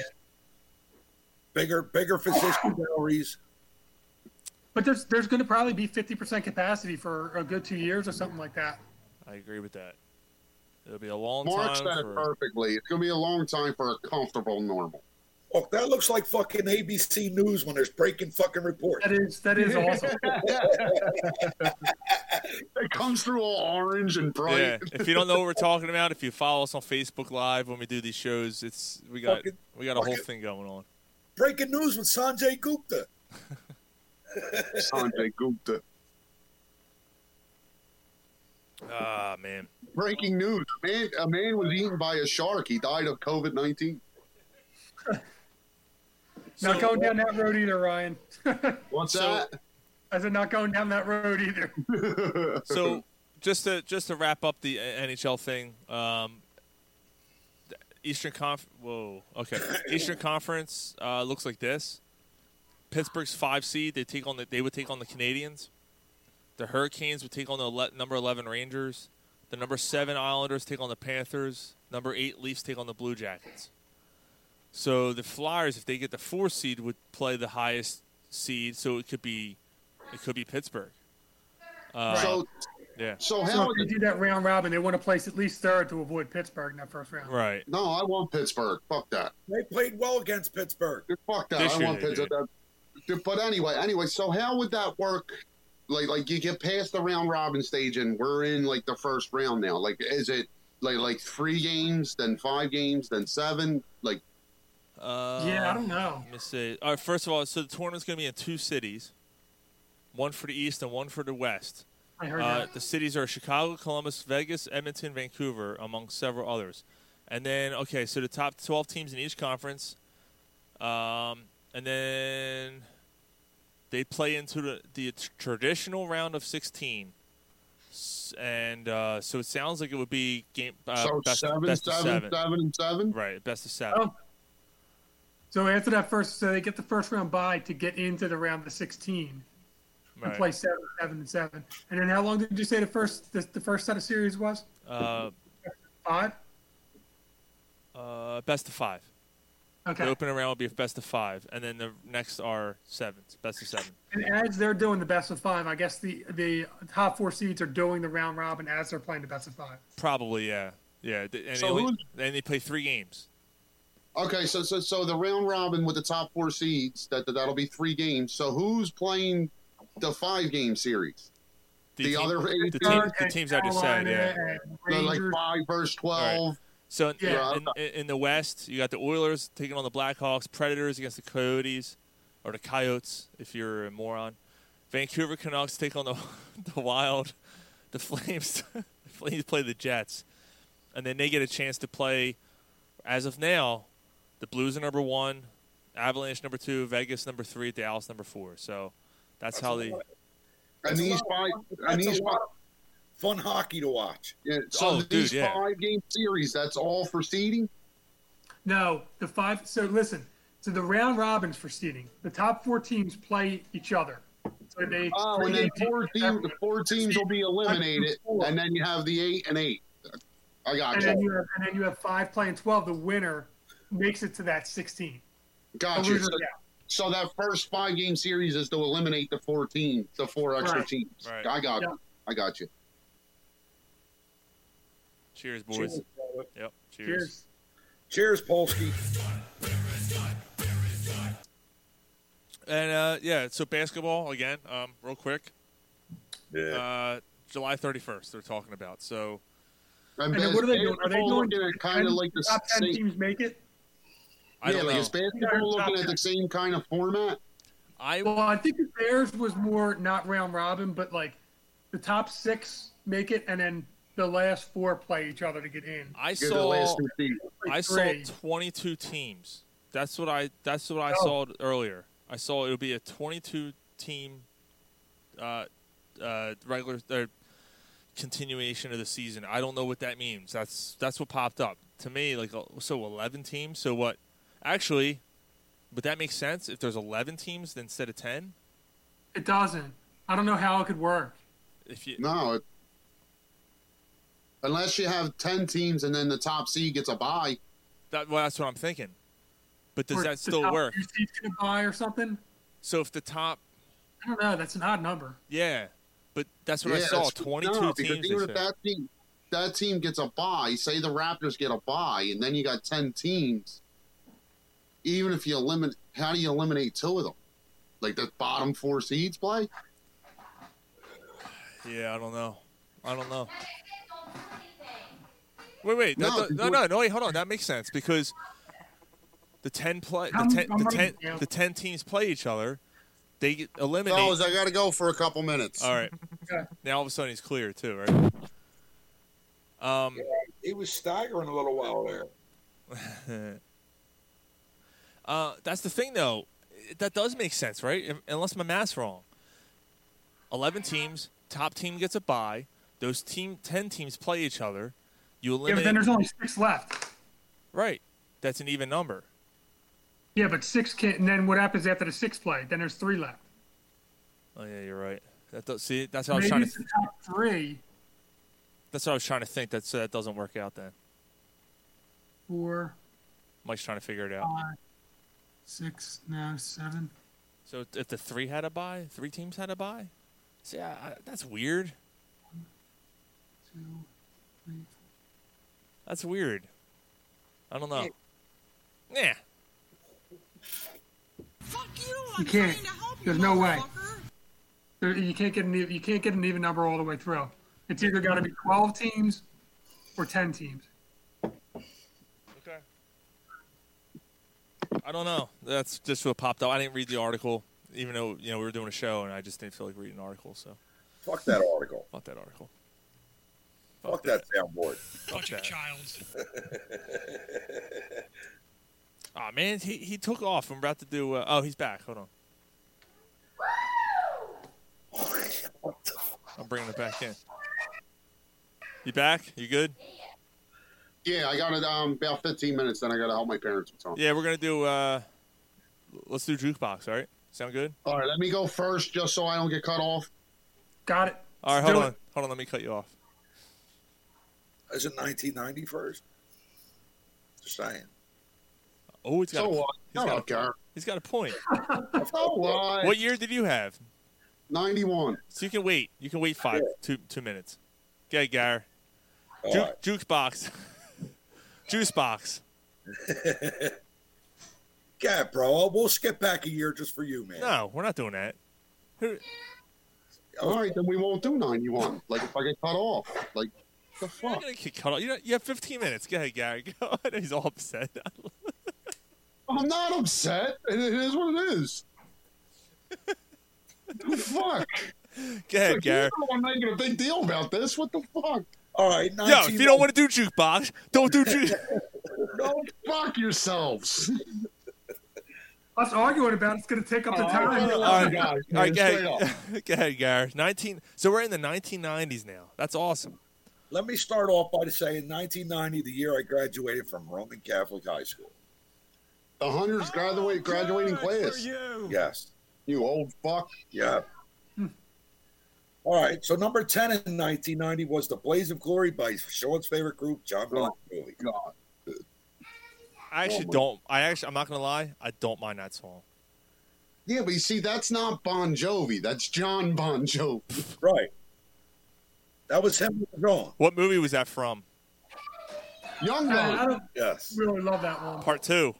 bigger bigger physician salaries.
But there's there's going to probably be 50% capacity for a good two years or something like that.
I agree with that. It'll be a long time.
Mark said
for-
it perfectly. It's going to be a long time for a comfortable normal.
Look, Oh, that looks like fucking ABC News when there's breaking fucking reports.
That is that is awesome.
It comes through all orange and bright.
Yeah. If you don't know what we're talking about, if you follow us on Facebook Live when we do these shows, it's we got
Fucking-
we got a whole
fucking-
thing going on.
breaking news with Sanjay Gupta.
Sanjay Gupta.
Ah man.
Breaking news: a man, a man was eaten by a shark. He died of COVID nineteen.
not going down that road either, Ryan.
What's that?
I said not going down that road either.
So just to just to wrap up the uh, NHL thing, um, the Eastern Conf. Whoa. Okay. Eastern Conference uh, looks like this. Pittsburgh's five seed. They take on the. They would take on the Canadians. The Hurricanes would take on the ele- number eleven Rangers. The number seven Islanders take on the Panthers. Number eight Leafs take on the Blue Jackets. So the Flyers, if they get the four seed, would play the highest seed. So it could be, it could be Pittsburgh. Uh,
So-
yeah.
So
if they do that round robin, they want to place at least third to avoid Pittsburgh in that first round.
Right.
No, I want Pittsburgh. Fuck that.
They played well against Pittsburgh.
Fuck that.
This
I
year
want
they
Pittsburgh. But anyway, anyway, so how would that work like like you get past the round robin stage and we're in like the first round now. Like is it like like three games, then five games, then seven? Like
Uh,
Yeah, I don't know.
Let me see. All right, first of all, so the tournament's going to be in two cities, one for the east and one for the west.
I heard
uh,
that.
The cities are Chicago, Columbus, Vegas, Edmonton, Vancouver, among several others. And then, okay, so the top 12 teams in each conference, um, and then they play into the, the t- traditional round of 16. S- And uh, so it sounds like it would be game uh,
so
best,
seven,
best
seven,
of seven.
seven, and seven.
Right, best of seven.
Oh. So after that first, so they get the first round bye to get into the round of 16 and
Right.
play seven, seven, and seven. And then how long did you say the first the, the first set of series was?
Uh,
Five.
Uh, best of five.
Okay.
The opening round will be best of five, and then the next are sevens, best of seven.
And as they're doing the best of five, I guess the the top four seeds are doing the round robin as they're playing the best of five.
Probably, yeah, yeah. th- And,
So
they only,
who's-
and they play three games.
Okay, so so so the round robin with the top four seeds that that'll be three games. So who's playing the five game series?
The
The,
team-
other
the
eight
team- the teams I just said, Carolina
So like five versus
All
twelve.
right. So in,
Yeah.
in, in, in the West, you got the Oilers taking on the Blackhawks, Predators against the Coyotes, or the Coyotes if you're a moron. Vancouver Canucks take on the the Wild. The Flames, the Flames play the Jets, and then they get a chance to play. As of now, the Blues are number one, Avalanche number two, Vegas number three, Dallas number four. So that's, how they.
And these five, and these five,
fun hockey to watch.
yeah, so
Oh,
these
dude, yeah.
five game series. That's all for seeding.
No, the five. So listen, so the round robins for seeding, the top four teams play each other. So they
Oh, and then four teams, the four teams will be eliminated,
Four.
and then you have the eight and eight. I got
and then you
you.
have and then you have five playing twelve. The winner makes it to that sixteen.
Got
the
you.
loser,
So,
yeah.
so that first five game series is to eliminate the four teams, the four extra
Right.
teams.
Right.
I got
Yeah.
you. I got you.
Cheers, boys.
Cheers,
Yep. Cheers.
Cheers.
Cheers, Polsky.
And uh, yeah, so basketball again, um, real quick.
Yeah.
Uh, July 31st, they're talking about. So
And,
And then
bas-
what are they doing? Are they
basketball
doing
looking at kind of like the
top ten
same?
teams make it?
I
yeah,
don't
like
know.
is basketball
Top
looking at the same kind of format?
I
Well, I think that theirs was more not round robin, but like the top six make it, and then the last four play each other to get in.
I
Give it the
saw
last two seeds.
I saw
Three.
22 teams. That's what I that's what I
Oh.
saw earlier. I saw it would be a 22 team uh, uh, regular uh, continuation of the season. I don't know what that means. That's that's what popped up to me. Like uh, so, 11 teams. So what? Actually, but that makes sense if there's 11 teams then instead of 10.
It doesn't. I don't know how it could work.
If you
No. It, unless you have 10 teams and then the top seed gets a bye.
that well, that's what I'm thinking. But does
Or
that
the
still
top
work?
Two seeds get a bye or something.
So if the top,
I don't know. That's an odd number.
yeah, but that's what I
Yeah,
saw.
it's-
22
no, because
teams. they
even if
said.
that team, that team gets a bye, say the Raptors get a bye, and then you got 10 teams, even if you eliminate, how do you eliminate two of them? Like the bottom four seeds play?
Yeah, I don't know. I don't know. Wait, wait, that,
No,
no, no, no, no, wait, hold on. That makes sense because the ten play, the
I'm-
ten,
I'm
the
writing
ten,
it down.
the ten teams play each other. They get- eliminate.
Fellas, I got to go for a couple minutes.
All right.
Okay.
Now all of a sudden he's clear too, right? Um.
He was staggering a little while there.
Uh, that's the thing, though. It- That does make sense, right? If- Unless my math's wrong. Eleven teams. Top team gets a bye. Those team ten teams play each other. You
Yeah,
eliminate.
but then there's only six left.
right. That's an even number.
Yeah, but six can't. And then what happens after the six play? Then there's three left.
Oh yeah, you're right. That does, see, that's what I was
Maybe
trying to.
it's the top three,
That's what I was trying to think. That so that doesn't work out. Then
four,
Mike's trying to figure it out.
five, six, no, seven.
So if the three had a buy, three teams had a buy. See, I, I, that's weird.
two, three,
That's weird. I don't know. Yeah.
You can't. There's no way. There, you can't get an even, you can't get an even number all the way through. It's either got to be 12 teams or 10 teams.
Okay. I don't know. That's just what popped up. I didn't read the article, even though you know we were doing a show, and I just didn't feel like reading an article. So
Fuck that article.
Fuck that article.
Fuck, that soundboard.
Fuck that. Aw man, he, he took off. I'm about to do. Uh, oh, he's back. Hold on. I'm bringing it back in. You back? You good?
Yeah, I got it. Um, about 15 minutes. Then I got to help my parents with something.
Yeah, we're gonna do. Uh, let's do jukebox. All right. Sound good?
All right, let me go first, just so I don't get cut off.
Got it.
All right.
Let's
Hold
do
on.
it.
Hold on. Let me cut you off.
Is it 1990 first? Just saying.
Oh, it's got.
So
a,
what?
he's
I
got a,
don't care.
He's got a point.
so what?
What year did you have?
91.
So you can wait. You can wait five, two, two minutes. Okay, Gar. Ju-
All right.
Jukebox. Juice box.
Yeah, bro. We'll skip back a year just for you, man.
No, we're not doing that. Who-
All right, then we won't do 91. Like, if I get cut off, like, the
You're
fuck?
not gonna get cut off. You know, you have 15 minutes. Go ahead, Gary. Go ahead. He's all upset.
I'm not upset. It it is what it is. the fuck?
Go ahead, Gary.
I'm making a big deal about this. What the fuck?
All right.
Yo, if you don't want to do jukebox, don't do juice.
Don't fuck yourselves.
Us arguing about it's going to take up the
Oh,
time.
all
all right,
guys,
all
man,
right, go ahead,
straight
go ahead, Gary. 19. So we're in the 1990s now. That's awesome.
Let me start off by saying 1990, the year I graduated from Roman Catholic High School.
The
Oh,
Hunters graduate, graduating class.
Hmm.
Yes.
You old fuck.
Yeah. All right. So number 10 in 1990 was The Blaze of Glory by Sean's favorite group, John Bon Jovi.
God.
I actually
Oh my-
don't. I actually, I'm not gonna lie. I don't mind that song.
Yeah, but you see, that's not Bon Jovi. That's John Bon Jovi.
Right. That was him wrong.
What movie was that from?
Young
I, I
Guns.
don't
Yes.
really love that one.
Part two.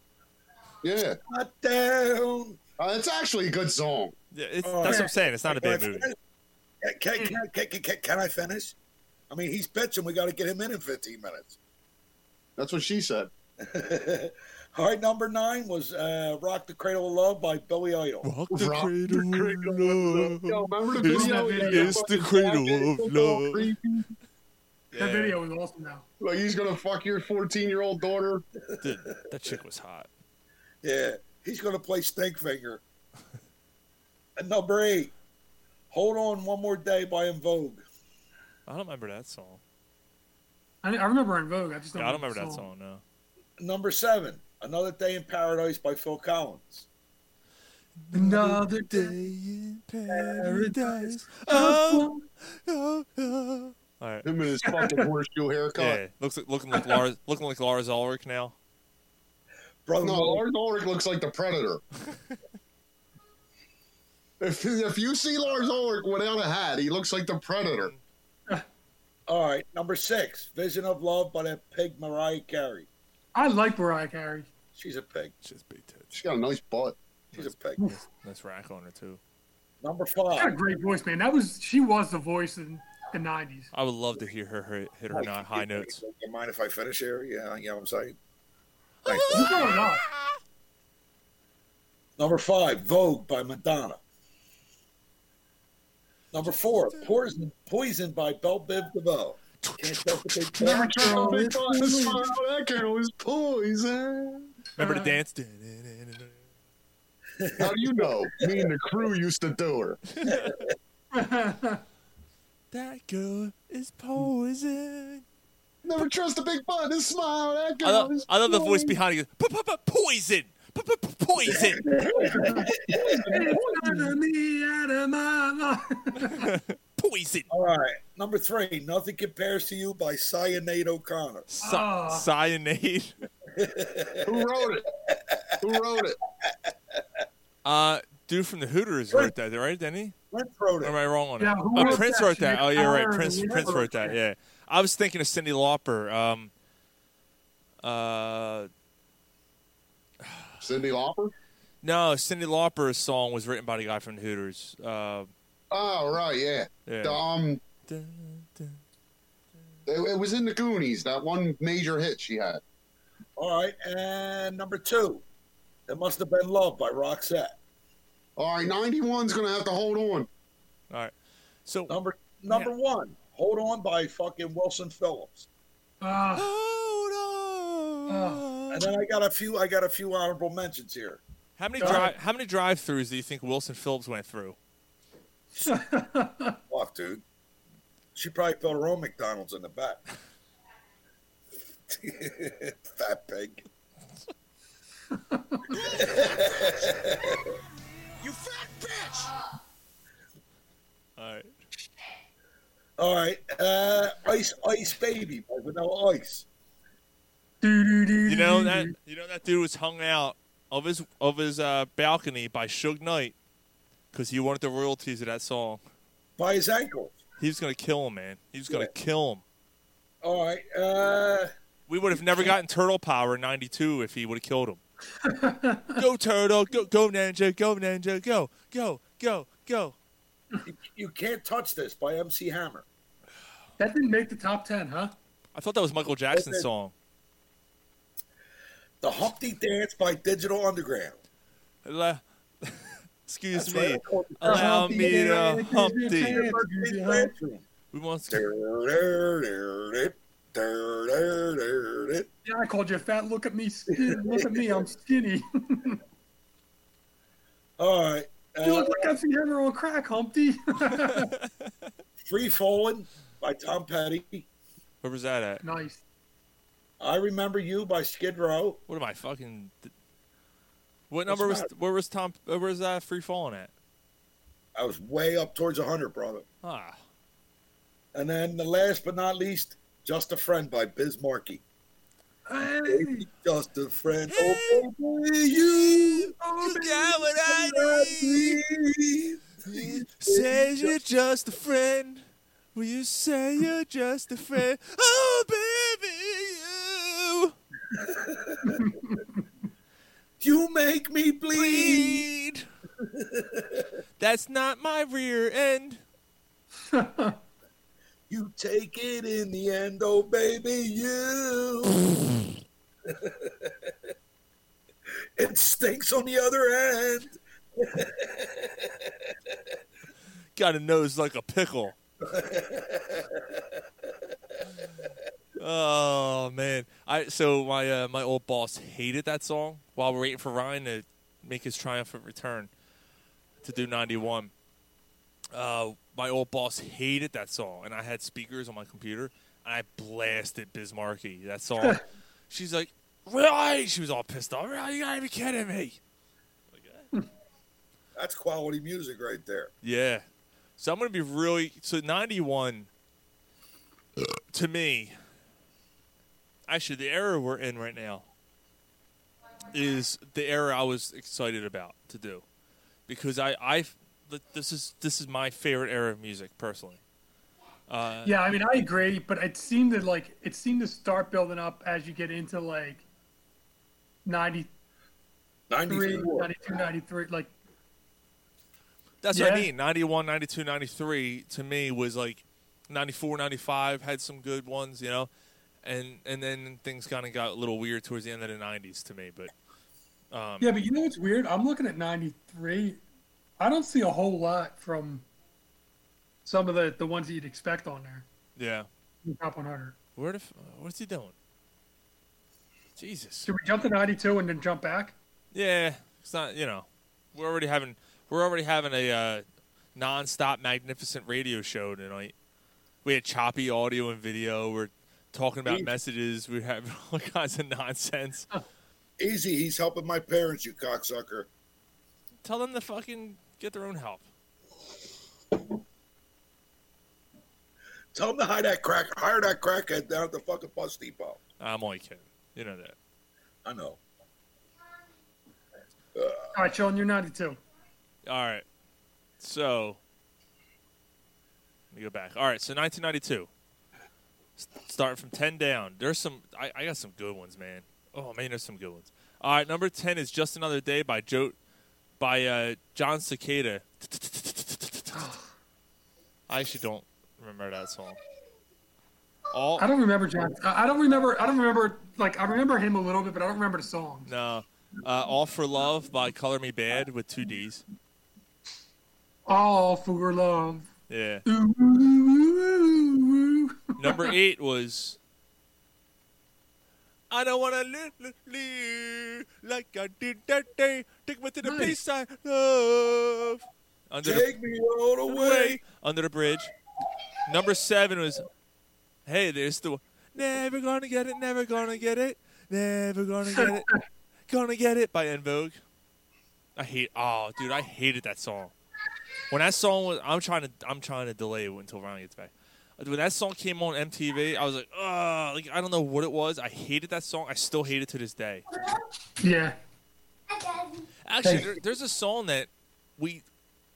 Yeah.
Not down.
Uh, it's actually a good song.
Yeah, it's,
Oh,
that's what
yeah.
I'm saying. It's not a
Can I
bad movie.
finish? Can, can, can, can, can, can I finish? I mean, he's bitching. We got to get him in in 15 minutes.
That's what she said.
All right, number nine was uh, "Rock the Cradle of Love" by Billy Idol.
Rock
Rock the
of
Yo,
Mm-hmm.
remember
It's-
video? Yeah,
it's the
fucking
cradle
jacket,
of
it's all
love.
creepy.
That video was awesome now.
Like he's gonna fuck your 14 year old daughter.
Dude, that chick was hot.
Yeah, he's going to play Stink Finger. and number eight, "Hold On One More Day" by In Vogue.
I don't remember that song.
I, I remember in Vogue. I just don't,
Yeah, I don't remember that song. No.
Number seven, "Another Day in Paradise" by Phil Collins.
Another day.
in paradise. All right.
Him and his fucking horseshoe haircut.
Yeah, looks like, looking like Lars, looking like Lars Ulrich now.
Brother,
No,
Love,
Lars Ulrich looks like the Predator. if if you see Lars Ulrich without a hat, he looks like the Predator.
all right, number six, "Vision of Love" by that pig Mariah Carey.
I like Mariah Carey.
She's a pig.
She's big tits.
She's got a nice butt.
She's a pig.
Nice rack on her too.
Number
She had a
five,
great voice, man. That was she was the voice in the '90s.
I would love to hear her hit, hit her not high notes.
You mind if I finish here? Yeah, you know what I'm saying.
You growing up?
Number five, Vogue by Madonna. Number four, Poison, Poison by Belle Biv DeVoe. Can't stop the big
Never
bang.
count
Oh,
on big butt. That girl is poison.
Remember the dance?
How do you know? Me and the crew used to do her.
That girl is poison.
Never trust a big butt. His smile. That girl
I love,
is
I love the voice
poison.
behind you. Poison. Poison.
It's turning me out of my mind.
Poison.
All right. Number three, Nothing Compares to You by Cyanade O'Connor.
Cy-
Ah.
Cyanide.
Who wrote it? Who wrote it?
Uh, dude from the Hooters wrote that, right? Didn't he?
Brent wrote
Or am
it.
I wrong on
Yeah,
it?
who
Oh,
wrote
Prince
that?
wrote that.
She
Oh, you're right.
retired
Prince
and
Prince
whatever.
wrote that. Yeah. I was thinking of Cindy Lauper. Um, uh,
Cindy Lauper?
no, Cindy Lauper's song was written by the guy from the Hooters. Uh,
Oh right, yeah.
Yeah.
The, um, it, it was in the Goonies that one major hit she had.
All right, and number two, it must have been Love by Roxette.
All right, 91's going to have to hold on.
All right. So
number number one, Hold On by fucking Wilson Phillips.
hold
on.
Ah,
And then I got a few. I got a few honorable mentions here.
How many
Go ahead.
drive How many drive-throughs do you think Wilson Phillips went through?
Fuck, dude. She probably filled her own McDonald's in the back. Fat pig.
You fat bitch!
All right.
All right. Uh, ice, ice, baby by Vanilla Ice.
You know that you know that dude was hung out of his of his uh, balcony by Suge Knight because he wanted the royalties of that song.
By his ankle.
He was gonna kill him, man. He was gonna kill him.
All right. Uh,
We would have never gotten Turtle Power in '92 if he would have killed him. go Turtle, go go Ninja, go Ninja, go go go go.
you, you can't touch this by MC Hammer.
That didn't make the top ten, huh?
I thought that was Michael Jackson's song.
The Humpty Dance by Digital Underground.
La- Excuse
That's right,
me.
I called it the
Allow
Humpty
me
Dance.
to
It's
Humpty.
your pants.
We want.
Yeah,
I called you fat. Look at me, skin. look at me. I'm skinny.
All right.
you look like I've seen Hammer on crack, Humpty.
Free Falling by Tom Petty.
Where was that at?
nice.
I Remember You by Skid Row.
What am I fucking? What
What's
number
the
was?
matter?
Where was Tom? Where was that free falling at?
I was way up towards 100, brother.
Ah,
And then the last but not least, Just a Friend by Biz Markie.
Uh,
Baby, Just a friend. Oh, baby, you.
You got what I
need.
Say you're just a friend. Will you say you're just a friend? Oh, baby, you.
you make me
bleed. That's not my rear end.
You take it in the end, oh baby, you. it stinks on the other end.
Got a nose like a pickle. Oh man, I so my uh, my old boss hated that song while we're waiting for Ryan to make his triumphant return to do ninety one. Uh, my old boss hated that song, and I had speakers on my computer, and I blasted Bismarcky that song. She's like, "Really?" She was all pissed off. Really? You gotta be kidding me!
That's quality music right there.
Yeah. So I'm gonna be really so 91 to me. Actually, the era we're in right now is the era I was excited about to do because I I this is this is my favorite era of music personally. Uh,
Yeah, I mean, I agree, but it seemed to like it seemed to start building up as you get into like 93,
94.
92, 93. Like,
That's what I
Yeah.
mean. 91, 92, 93 to me was like 94, 95 had some good ones, you know. And and then things kind of got a little weird towards the end of the 90s to me, but um
yeah, but you know what's weird? I'm looking at 93. I don't see a whole lot from some of the the ones that you'd expect on there.
yeah.
in the Top 100.
Where the f- what's he doing? Jesus.
Should we jump to 92 and then jump back?
Yeah, it's not. You know, we're already having we're already having a uh, non-stop magnificent radio show tonight. We had choppy audio and video. We're talking about
Easy.
messages. We have all kinds of nonsense.
Easy, he's helping my parents, you cocksucker.
Tell them to fucking get their own help.
Tell him to hire that crack hire that crackhead down at the fucking bus depot.
I'm only kidding. You know that.
I know.
All right, Sean, you're 92.
All right. So let me go back. All right. So 1992. S- Starting from 10 down. There's some. I, I got some good ones, man. Oh man, there's some good ones. All right. Number 10 is "Just Another Day" by Joe, by uh, John Cicada. I actually don't remember that song. All
I don't remember John. I I don't remember. I don't remember. Like I remember him a little bit, but I don't remember the song.
no. Uh, All for Love by Color Me Bad with two D's.
All for love.
Yeah.
Ooh, ooh, ooh, ooh, ooh.
Number eight was I don't wanna live, live, like I did that day. Take me to the place I love. Under
Take
the,
me all the way.
Under the bridge. Number seven was Hey, there's the Never gonna get it, never gonna get it, never gonna get it, gonna get it by En Vogue. I hate oh dude, I hated that song. When that song was I'm trying to I'm trying to delay it until Ryan gets back. When that song came on MTV, I was like, oh, like I don't know what it was. I hated that song. I still hate it to this day.
Yeah.
Actually,
Hey.
there, there's a song that we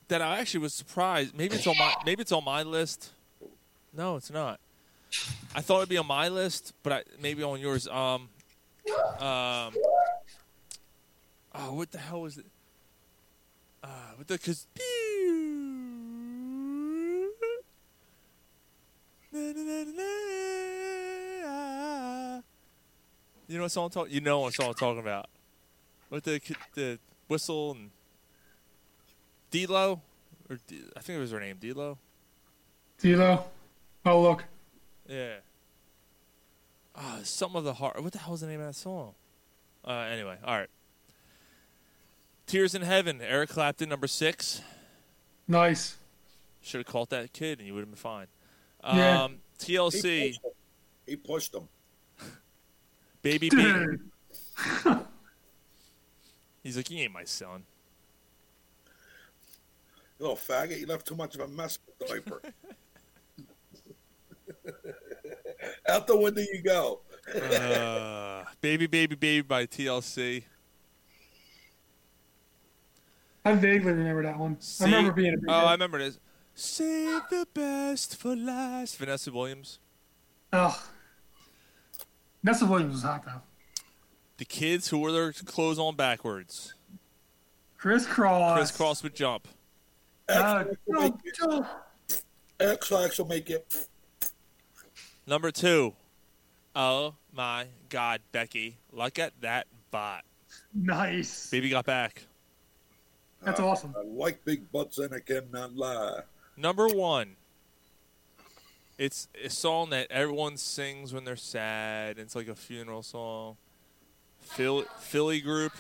that I actually was surprised. Maybe it's on my maybe it's on my list. No, it's not. I thought it'd be on my list, but I, maybe on yours. Um, um, oh, what the hell was it? Uh, what the because. You know what song I'm talking? You know what song I'm talking about? With the the whistle and D-Lo, or D- I think it was her name, D-Lo.
D'Lo. Oh look.
Yeah. Ah, something of the heart. What the hell was the name of that song? Uh, anyway, all right. Tears in Heaven, Eric Clapton, number six.
Nice.
Should have caught that kid, and you would have been fine. Um,
Yeah.
TLC,
He pushed him.
Baby B. He's like, he ain't my son.
You little faggot, you left too much of a mess with the diaper. Out the window you go.
Uh, baby, baby, baby by TLC.
I vaguely remember that one.
See-
I remember being a big
Oh, I
oh,
remember this. Save the best for last. Vanessa Williams.
oh. Nessa Williams was hot though.
The kids who wore their clothes on backwards.
Chris Cross.
Crisscross would jump.
Uh, don't- don't-
X will make it.
Number two. Oh my God, Becky! Look at that bot.
nice.
Baby got back.
That's awesome.
I like big butts and I cannot lie.
Number one. It's a song that everyone sings when they're sad. It's like a funeral song. Philly, Philly group.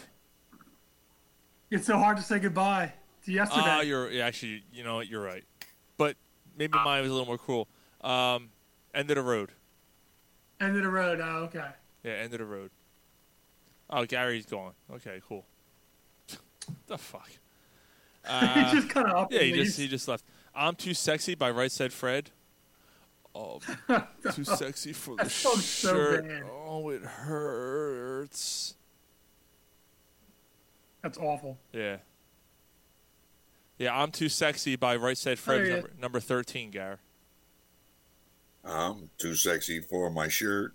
It's so hard to say goodbye to yesterday.
Ah, you're yeah, actually, you know, what, you're right. But maybe
Ah.
mine was a little more cruel. Um, end of the road.
End of the road. Oh, okay.
Yeah, end of the road. Oh, Gary's gone. Okay, cool. the fuck. Uh,
just kinda up
Yeah,
and
he just
leaves.
he just left. I'm too sexy by Right Said Fred. Oh, too sexy for the
That song's so
shirt.
bad.
oh, it hurts.
That's awful.
Yeah. Yeah, I'm too sexy by Right Said Fred.
Oh, yeah.
number, number thirteen, Gar.
I'm too sexy for my shirt.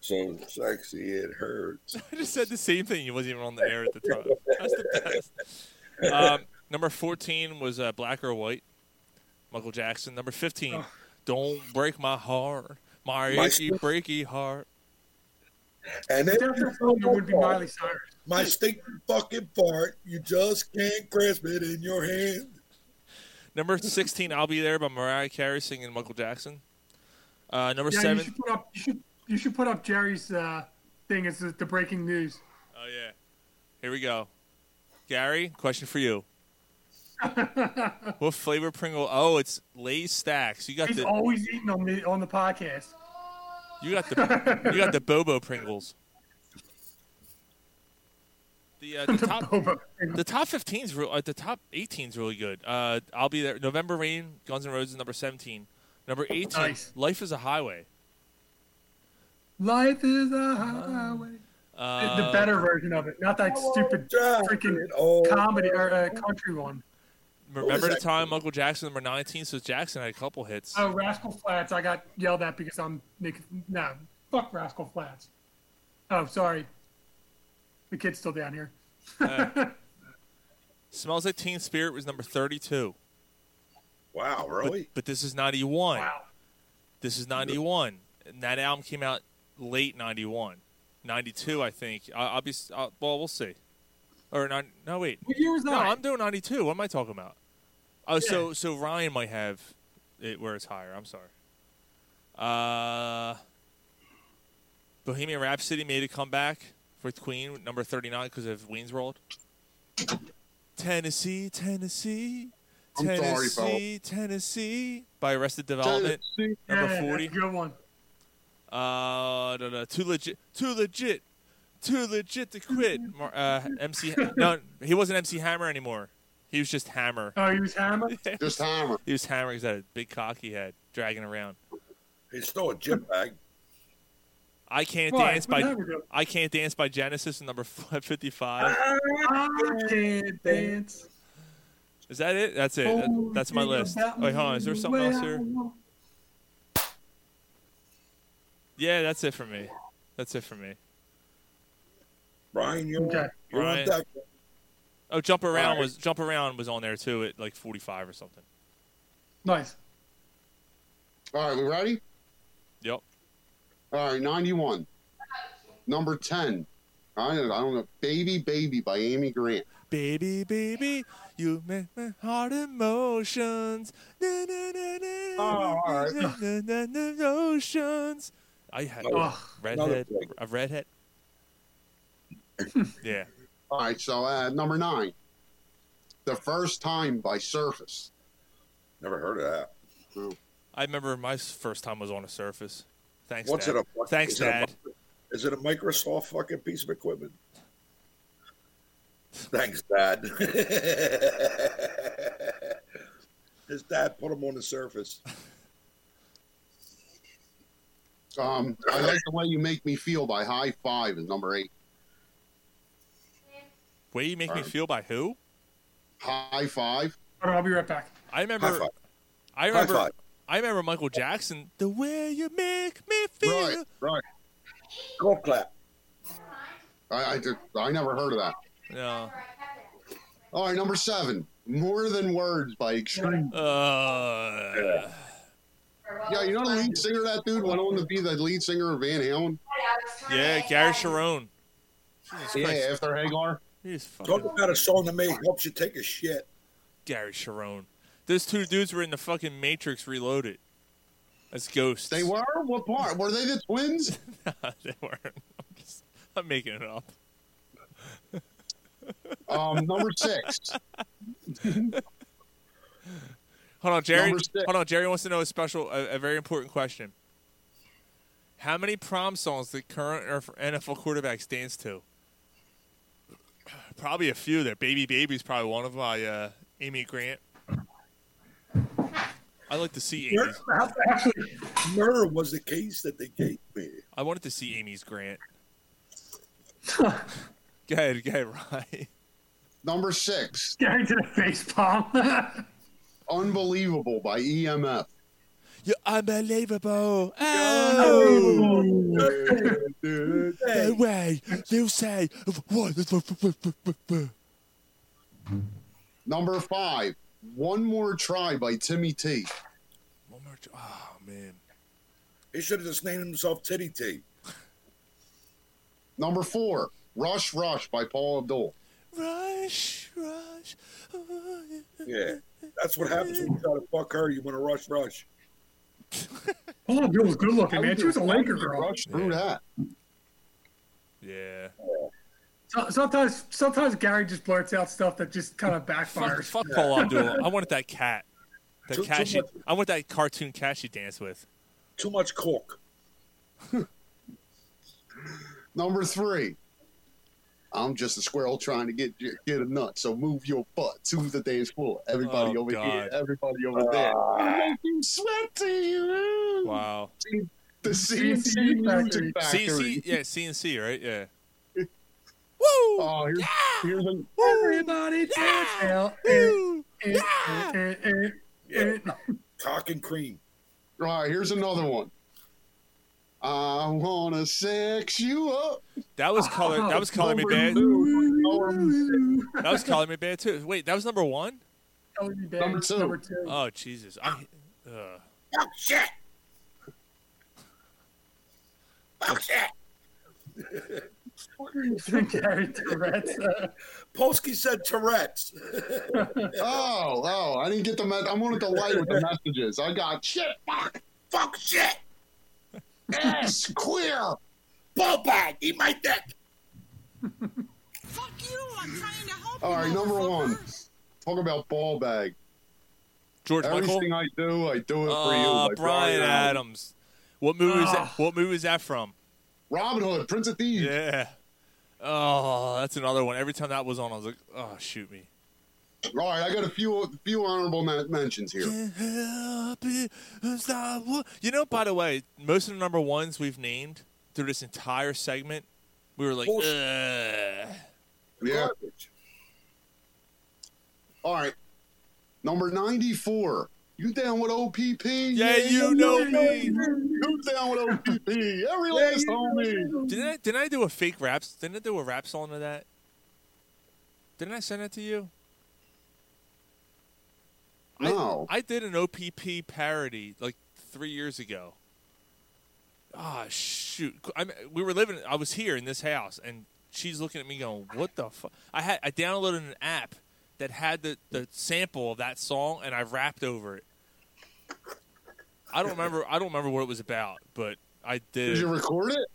So sexy it hurts.
I just said the same thing. He wasn't even on the air at the time. That's the best. Um, number 14 was uh, Black or White, Michael Jackson. Number 15,
Oh.
Don't Break My Heart, My
My
Achy
Sweet-
Breaky Heart.
And then
It would be Miley Cyrus.
My stinking fucking fart. You just can't grasp it in your hand.
Number 16, I'll Be There by Mariah Carey singing Michael Jackson. Uh, number
yeah, you
7,
should put up. You should, you should put up Jerry's uh, thing as the, the breaking news.
oh yeah, here we go. Gary, question for you. what flavor Pringle? Oh, it's Lay's Stacks. You got
He's
the
always eating on the on the podcast.
You got the you got the Bobo Pringles. The, uh, the top the top 15's real uh, the top 18's really good. Uh, I'll be there. November Rain, Guns N' Roses number 17. Number 18,
Nice.
Life is a Highway.
Life is a highway.
Uh,
the, the better version of it, not that stupid freaking comedy or uh, country one.
Remember the
that?
time Michael Jackson number 19 so Jackson had a couple hits.
Oh, Rascal Flats. I got yelled at because I'm making no fuck Rascal Flats. Oh, sorry. The kid's still down here.
Uh, Smells like Teen Spirit was number 32.
Wow, really?
But, but this is 91. Wow. This is 91. And that album came out late 91. 92, I think. I, I'll be, s- I'll, well, we'll see. Or, not, no, wait.
What year was
No,
that?
I'm doing 92. What am I talking about? Oh, so
Yeah.
so Ryan might have it where it's higher. I'm sorry. Uh, Bohemian Rhapsody made a comeback for Queen, number 39, because of Wayne's World. Tennessee, Tennessee,
I'm sorry,
Tennessee,
fella.
Tennessee by Arrested Development,
Tennessee.
number
Yeah,
forty.
that's a
good one.
Uh, da, da, too legit, too legit, too legit to quit. Mar- Uh, MC, no, he wasn't MC Hammer anymore. He was just Hammer.
Oh, he was hammer.
Just Hammer.
He was Hammer. He's had a big cock he had dragging around.
He's still a gym bag.
I can't
Right,
dance
but
by
there we go.
I can't dance by Genesis number fifty-five.
I Ah, can't dance.
Is that it? That's it.
Oh,
That- That's my list. Wait, hold on. Is there something else here? Yeah, that's it for me. That's it for me.
Brian, you're,
Okay.
you're
Brian.
on deck.
Oh, jump around
Alright.
was jump around was on there too at like forty five or something.
Nice.
All right, we ready?
Yep.
All right, 91. Number 10. I don't, I don't know. Baby Baby by Amy Grant.
Baby, baby, you make my heart emotions.
Oh,
Emotions. I had
Another- Oh, another
redhead,
thing.
a redhead. yeah.
All right, so uh, number 9. The First Time by Surface.
Never heard of that.
I remember my s- first time was on a Surface. Thanks,
What's
Dad.
it a
Thanks,
is
Dad.
It a, is it a Microsoft fucking piece of equipment? Thanks, Dad. His dad put him on the surface.
Um, I like the way you make me feel by High Five is number 8.
Way you make me
Alright.
feel by who?
High Five.
All right, I'll be right back.
I remember.
five.
I
High
remember.
five.
I remember Michael Jackson. The way you make me feel.
Right, right.
Golf clap.
I, I, just, I never heard of that.
No.
All right, number 7. More Than Words by Extreme.
Uh,
Yeah, you know the lead singer of that dude went on to be the lead singer of Van Halen?
yeah, Gary Sharon. Jesus
Yeah,
Christ.
after Hagar.
He's
Talk
fucking
about a song that may helps you take a shit.
Gary Sharon. Those two dudes were in the fucking Matrix Reloaded. As ghosts.
They were? What part? Were they the twins?
Nah, they weren't. I'm, just, I'm making it up.
Um, number six.
Hold on, Jerry.
Number six.
Hold on, Jerry wants to know a special, a, a very important question. How many prom songs the current or- NFL quarterbacks dance to? Probably a few. There, "Baby Baby's probably one of my uh, Amy Grant. I like to see
Murder,
Amy's.
actually, murder was the case that they gave me.
I wanted to see Amy's Grant. go ahead, go ahead, Ryan.
Number six.
Gary did a face palm.
Unbelievable by E EMF.
You're unbelievable. Oh,
No
way. You say
Number five. One More Try by Timmy T.
One more. tr- Oh man.
He should have just named himself Titty T.
Number four. Rush Rush by Paul Abdul.
Rush, rush.
Yeah, that's what happens when you try to fuck her. You want to rush, rush.
Paula Abdul was good looking, man. She was a
How did
Laker
you
girl.
Rush through that.
Yeah.
So- Sometimes, sometimes Gary just blurts out stuff that just kind of
Fuck,
backfires.
fuck Paul Abdul. I wanted that cat. That
Too- too
cat she,
much-
I want that cartoon cat she danced with.
Too much cork.
Number three. I'm just a squirrel trying to get get a nut, so move your butt to the dance floor. Everybody
Oh,
over here,
God.
everybody over there.
Ah.
you sweaty.
Wow.
The CNC Music Factory.
CNC, yeah, CNC, right? Yeah.
Oh, here's, here's a,
Everybody dance now. Eh, eh, eh, eh,
Mm-hmm.
eh, eh.
Cock and cream.
All right, here's another one. I wanna sex you up.
That was color. that was color me
Number
bad.
two, number
That was color me bad too. Wait, that was number one.
LED band.
Number two.
Number two.
Oh Jesus! I. Uh.
Oh shit! Oh shit!
Uh,
Gary Tourette's.
Polsky said Tourette's.
oh, oh, I didn't get the. Me- I wanted the light with the messages. I got shit, fuck, fuck, shit, ass, queer, ball bag, eat my dick. fuck you! I'm trying to help. All right, number one. Talk about ball bag.
George
Everything I do, I do it for you.
Uh,
like
Brian Adams. What movie is that?
Ah.
What movie is that from?
Robin Hood, Prince of Thieves.
Yeah. Oh, that's another one. Every time that was on, I was like, oh, shoot me.
All right, I got a few few honorable men- mentions here.
You know, by the way, most of the number ones we've named through this entire segment, we were like, Ugh.
Yeah. All right. Number 94. You down with OPP? Yeah,
you know me.
You down with OPP? Every last homie.
Didn't I, didn't I do a fake rap? Didn't I do a rap song to that? Didn't I send it to you?
No.
I did an OPP parody like three years ago. Ah, shoot! I mean, we were living. I was here in this house, and she's looking at me going, "What the fuck?" I had I downloaded an app that had the the sample of that song, and I rapped over it. I don't remember. I don't remember what it was about, but I did.
Did you record it?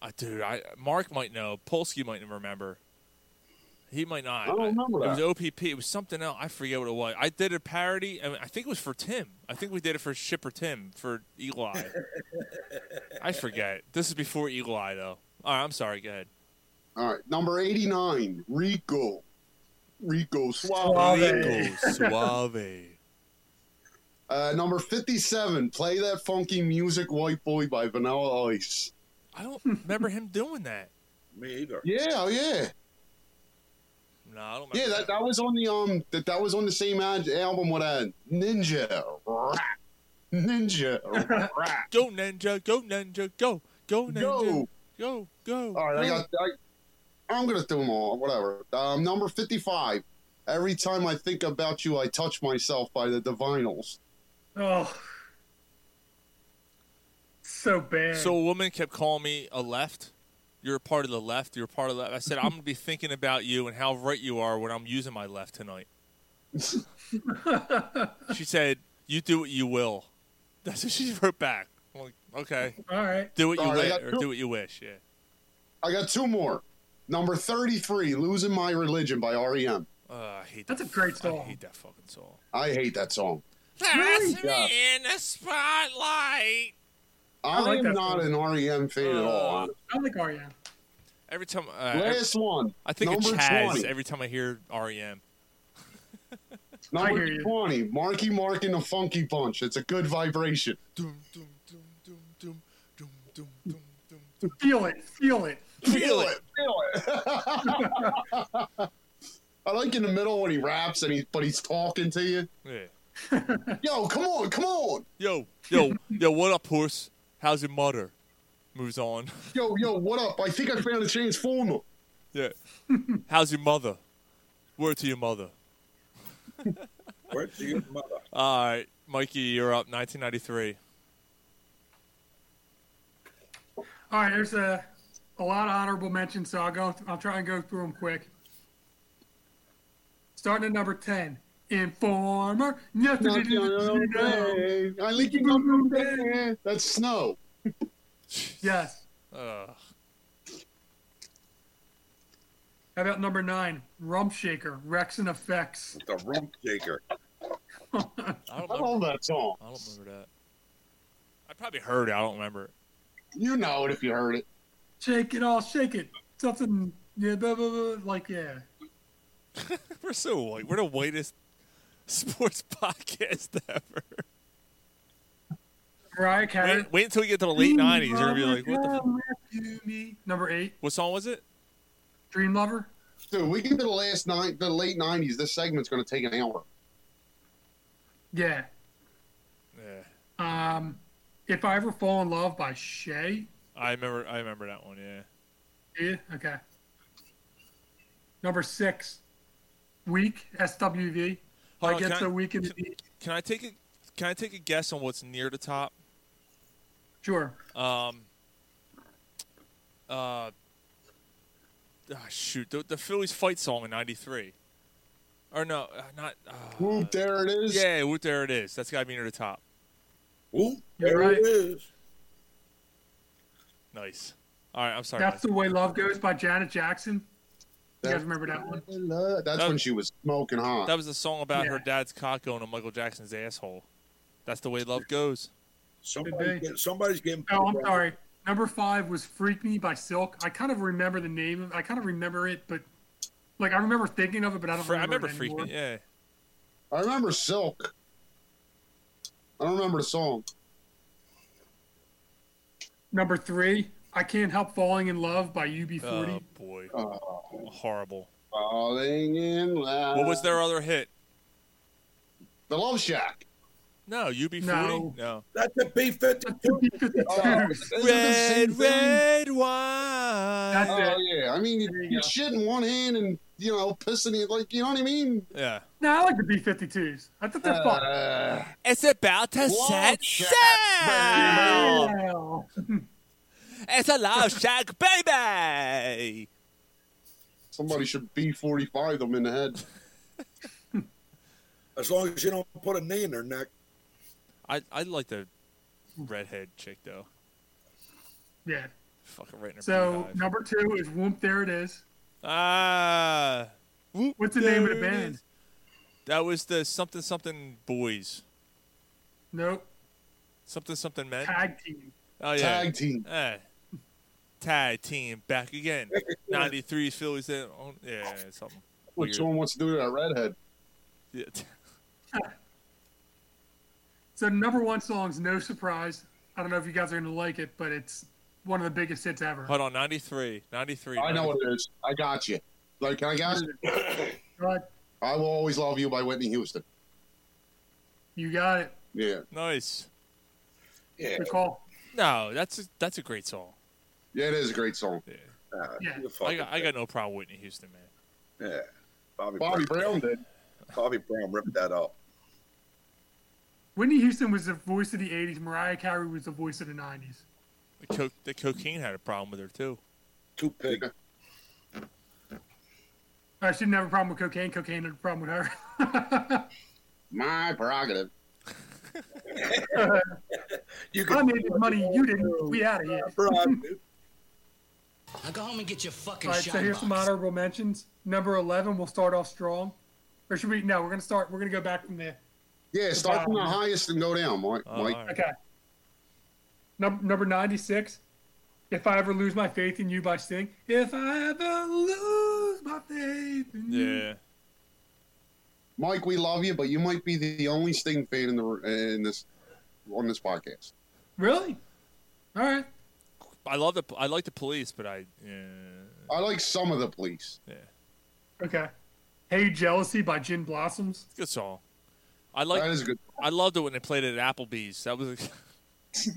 I Uh, dude, I Mark might know. Polsky might remember. He might not.
I don't remember
It was
that.
OPP. It was something else. I forget what it was. I did a parody. I, mean, I think it was for Tim. I think we did it for Shipper Tim for Eli. I forget. This is before Eagle Eye, though. All right, I'm sorry. Go ahead.
All right. Number 89. Rico. Rico Suave.
Eagle Suave.
Uh, number 57. Play that funky music, White Boy by Vanilla Ice.
I don't remember him doing that.
Me either.
Yeah, oh, yeah.
No, I don't remember.
Yeah, that, that was on the um that, that was on the same ad- album with a Ninja Rap. Ninja Rap.
Go ninja, go ninja, go, go ninja,
Go.
go, go.
All right, I got. I, I'm gonna do them all. Whatever. Um, number fifty-five. Every time I think about you, I touch myself by the Divinals.
Oh. So bad.
So a woman kept calling me a left. You're a part of the left. You're a part of the left. I said, I'm going to be thinking about you and how right you are when I'm using my left tonight. she said, You do what you will. That's what she wrote back. I'm like, okay.
All right.
Do what you
All right, I
wish.
got
Or
two-
do what you wish. Yeah.
I got two more. Number thirty-three, "Losing My Religion" by E REM.
Uh, I hate
That's a
that.
great
I
song.
hate that fucking song.
I hate that song.
That's
Yeah.
me in the spotlight.
I,
like
am
that
not
song.
an REM fan at all.
I like Ariana.
Every time. Uh,
Last
every-
one.
Oh, I think of
number
Chaz
20.
every time I hear REM.
I hear
Number
you.
twenty, Marky Mark and the Funky Punch. It's a good vibration.
Feel it. Feel it.
Feel it.
I like in the middle when he raps and he but he's talking to you.
Yeah.
Yo, come on, come on.
Yo, yo, yo, what up, horse? How's your mother? Moves on.
Yo, yo, what up? I think I found a transformer.
Yeah. How's your mother? Word to your mother.
Where'd you mother?
All right, Mikey, you're up. 1993.
All right, there's a, a lot of honorable mentions, so I'll go. I'll try and go through them quick. Starting at number ten, Informer. Nothing to do with you know.
I leak you up there. That's snow.
Yes.
Ugh.
How about number nine, Rump Shaker, Rex and Effects.
The rump shaker.
I don't
I
remember.
love that song.
I don't remember that. I probably heard it. I don't remember. it.
You know it if you heard it.
Shake it all, shake it. Something, yeah, blah, blah, blah, like yeah.
We're so white. We're the whitest sports podcast ever.
Mariah Carey.
Wait, wait until we get to the late 90s. You're going to be like, what the f-
the? Number eight,
What song was it?
Dream Lover.
Dude, we get to the last nine the late nineties, this segment's gonna take an hour.
Yeah.
Yeah.
Um, if I ever fall in love by Shay.
I remember I remember that one, yeah.
Yeah. Okay. Number six, Weak SWV.
Hold on,
I get
can
so
I-
weak in the
Can I take a Can I take a guess on what's near the top?
Sure.
Um. Uh. ah, shoot, the, the Phillies fight song in '93, or no, uh, not. Uh,
Whoop, there it is.
Yeah, whoop, there it is. That's got to be near the top.
Whoop,
You're there it right.
is.
Nice. All right, I'm sorry.
That's the
guys.
way love goes by Janet Jackson. You guys
That-
remember that one?
That's
That-
when she was smoking hot.
That was a song about
Yeah.
her dad's cock going to Michael Jackson's asshole. That's the way love goes.
Could
Somebody's
be.
getting, somebody's getting.
Oh, I'm sorry. Number five was "Freak Me" by Silk. I kind of remember the name. of I kind of remember it, but like I remember thinking of it, but I don't
Fre- I
remember.
remember
it
Freak Me,
anymore.
yeah.
I remember Silk. I don't remember the song.
Number three, "I Can't Help Falling in Love" by UB40.
Oh boy, horrible.
Uh, Falling in love.
What was their other hit?
The Love Shack.
No, UB40.
No.
no.
That's a B52.
Oh,
Red, red wine.
That's
oh,
it.
yeah. I mean, you, you shit in one hand and, you know, pissing it. Like, you know what I mean?
Yeah.
No, I like the B52s. I thought they're
Uh,
It's about to
set
sail.
fun.
It's a love shack, baby.
Somebody should B45 them in the head.
As long as you don't put a knee in their neck.
I I like the redhead chick though.
Yeah.
Fucking right in her
So
beehive.
number two is "Whoop." There it is.
Ah. Whoop,
What's the name of the
there it
band?
is. That was the something something boys.
Nope.
Something something men.
Tag team.
Oh yeah.
Tag team.
Eh. Tag team back again. Ninety three Phillies. that- oh, Yeah, something.
What
weird.
someone wants to do to that redhead?
Yeah.
So number one song's "No Surprise." I don't know if you guys are gonna like it, but it's one of the biggest hits ever.
Hold on, 93. 93.
I know what it is. I got you. Like, can I guess?
Right.
I Will Always Love You by Whitney Houston.
You got it.
Yeah.
Nice.
Yeah.
Good call.
No, that's a, that's a great song.
Yeah, it is a great song.
Yeah.
Yeah.
I got, I got no problem with Whitney Houston, man.
Yeah. Bobby,
Bobby Brown did.
Bobby Brown ripped that up.
Whitney Houston was the voice of the '80s. Mariah Carey was the voice of the '90s.
The, co- the cocaine had a problem with her too.
Two pig.
I shouldn't have a problem with cocaine. Cocaine had a problem with her.
My prerogative.
I made this money. You didn't. We out of here.
Now go home and get your fucking
All right.
shot.
So here's some honorable mentions. Number 11. We'll start off strong. Or should we? No, we're gonna start. We're gonna go back from there.
Yeah,
The
start from the
bottom.
highest and go down, Mike. Mike.
Okay. Number number 96. If I ever lose my faith in you by Sting. If I ever lose my faith in you.
Yeah.
Mike, we love you, but you might be the only Sting fan in the in this on this podcast.
Really? All right.
I love the I like the police, but I yeah.
I like some of the police.
yeah.
Okay. Hey Jealousy by Gin Blossoms.
It's a good song. I like
That is a good.
I loved it when they played it at Applebee's. That was a,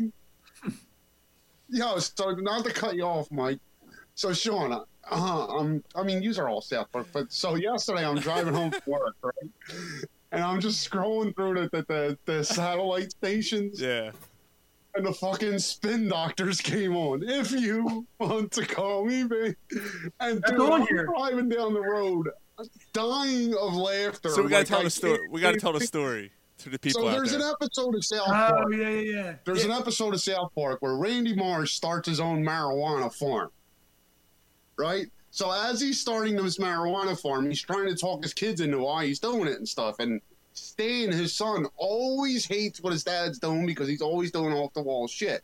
Yo, so not to cut you off, Mike. So Sean, uh, uh, I'm, I mean, you are all South, but, but so yesterday I'm driving home from work, right? And I'm just scrolling through the the, the, the satellite stations,
yeah.
and the fucking spin doctors came on. If you want to call me, babe. and
That's
dude,
on
I'm
here.
driving down the road, dying of laughter.
So we gotta
Like,
tell
I
the story.
can't
We gotta
even
tell the story to the people
So
out
there's
there.
an episode of South Park.
Oh yeah, yeah, yeah.
There's an episode of South Park where Randy Marsh starts his own marijuana farm. Right? So as he's starting this marijuana farm, he's trying to talk his kids into why he's doing it and stuff. And Stan, his son, always hates what his dad's doing because he's always doing off the wall shit.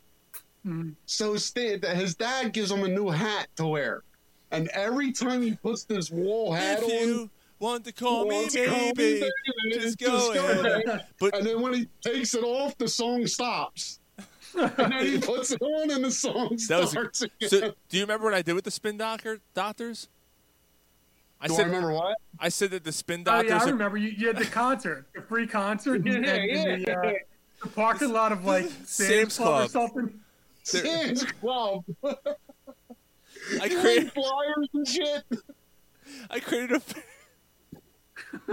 Mhm.
So Stan, his dad gives him a new hat to wear. And every time he puts this wool hat
if
on,
you want to call me
wants to call me
baby,
baby, and it's
just go ahead. But
and then when he takes it off, the song stops. and then he puts it on, and the song
that was
starts.
a,
again.
so. Do you remember what I did with the spin doctor doctors? I
Do I
said
remember what?
I said that the spin
Oh,
doctors.
yeah, I
are-
remember you, you had the concert, the free concert,
Yeah,
and, and, and the, uh,
yeah.
the parking lot of like
Sam's
Sam's Club or
Club.
something.
they're-
Sam's Club.
I
Great
created
flyers and shit.
I created a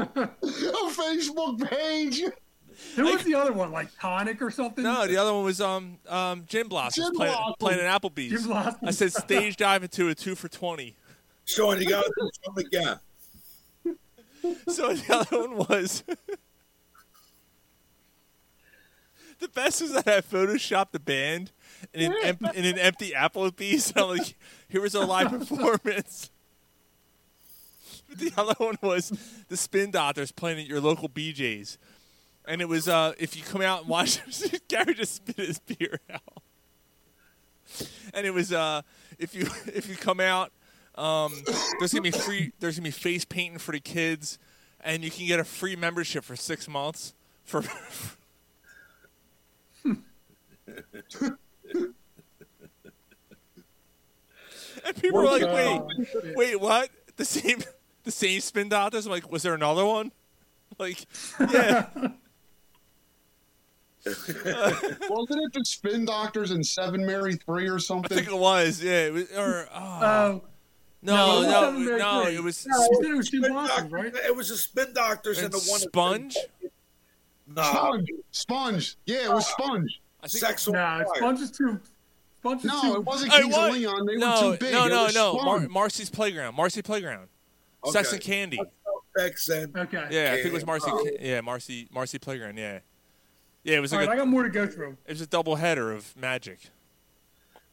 a Facebook page.
Who was the other one? Like Tonic or something?
No, the other one was um um Jim Blossoms
Jim
playing,
Blossoms.
playing at Applebee's.
Jim Blossoms.
I said stage dive into a two for twenty.
Sean, you got this from the gap.
So the other one was the best is that I photoshopped the band in an, em- in an empty Applebee's. And I'm like, here was a live performance. But the other one was the Spin Doctors playing at your local BJ's, and it was uh, if you come out and watch, Gary just spit his beer out. And it was uh, if you if you come out, um, there's gonna be free. There's gonna be face painting for the kids, and you can get a free membership for six months for And people were like, wait, wait, what? The same, the same spin doctors. I'm like, was there another one? Like, yeah,
Wasn't it the Spin Doctors and Seven Mary Three or
I
something?
think it was. Yeah, it was, or oh,
Um,
no,
no, it
no,
wasn't
no,
Mary Kay.
it was
No,
it was Jim Blossoms, right? It was the spin doctors
And
and, the one
sponge.
Nah.
Sponge. Sponge. Yeah, it was Sponge.
I
think- Sexual
Nah,
fire.
Sponge is too. Sponge is
No,
too.
it wasn't
Hey,
Keys
what?
and Leon. They
no,
were too big.
no,
It
no,
was
no.
Sponge.
Mar- Marcy's playground. Marcy playground. Sex
Okay.
and candy.
Sex and
Okay.
Yeah, I think it was Marcy.
Oh.
Yeah, Marcy. Marcy playground. Yeah, yeah. It was
All
like
right,
a,
I got more to go through.
it was a double header of magic.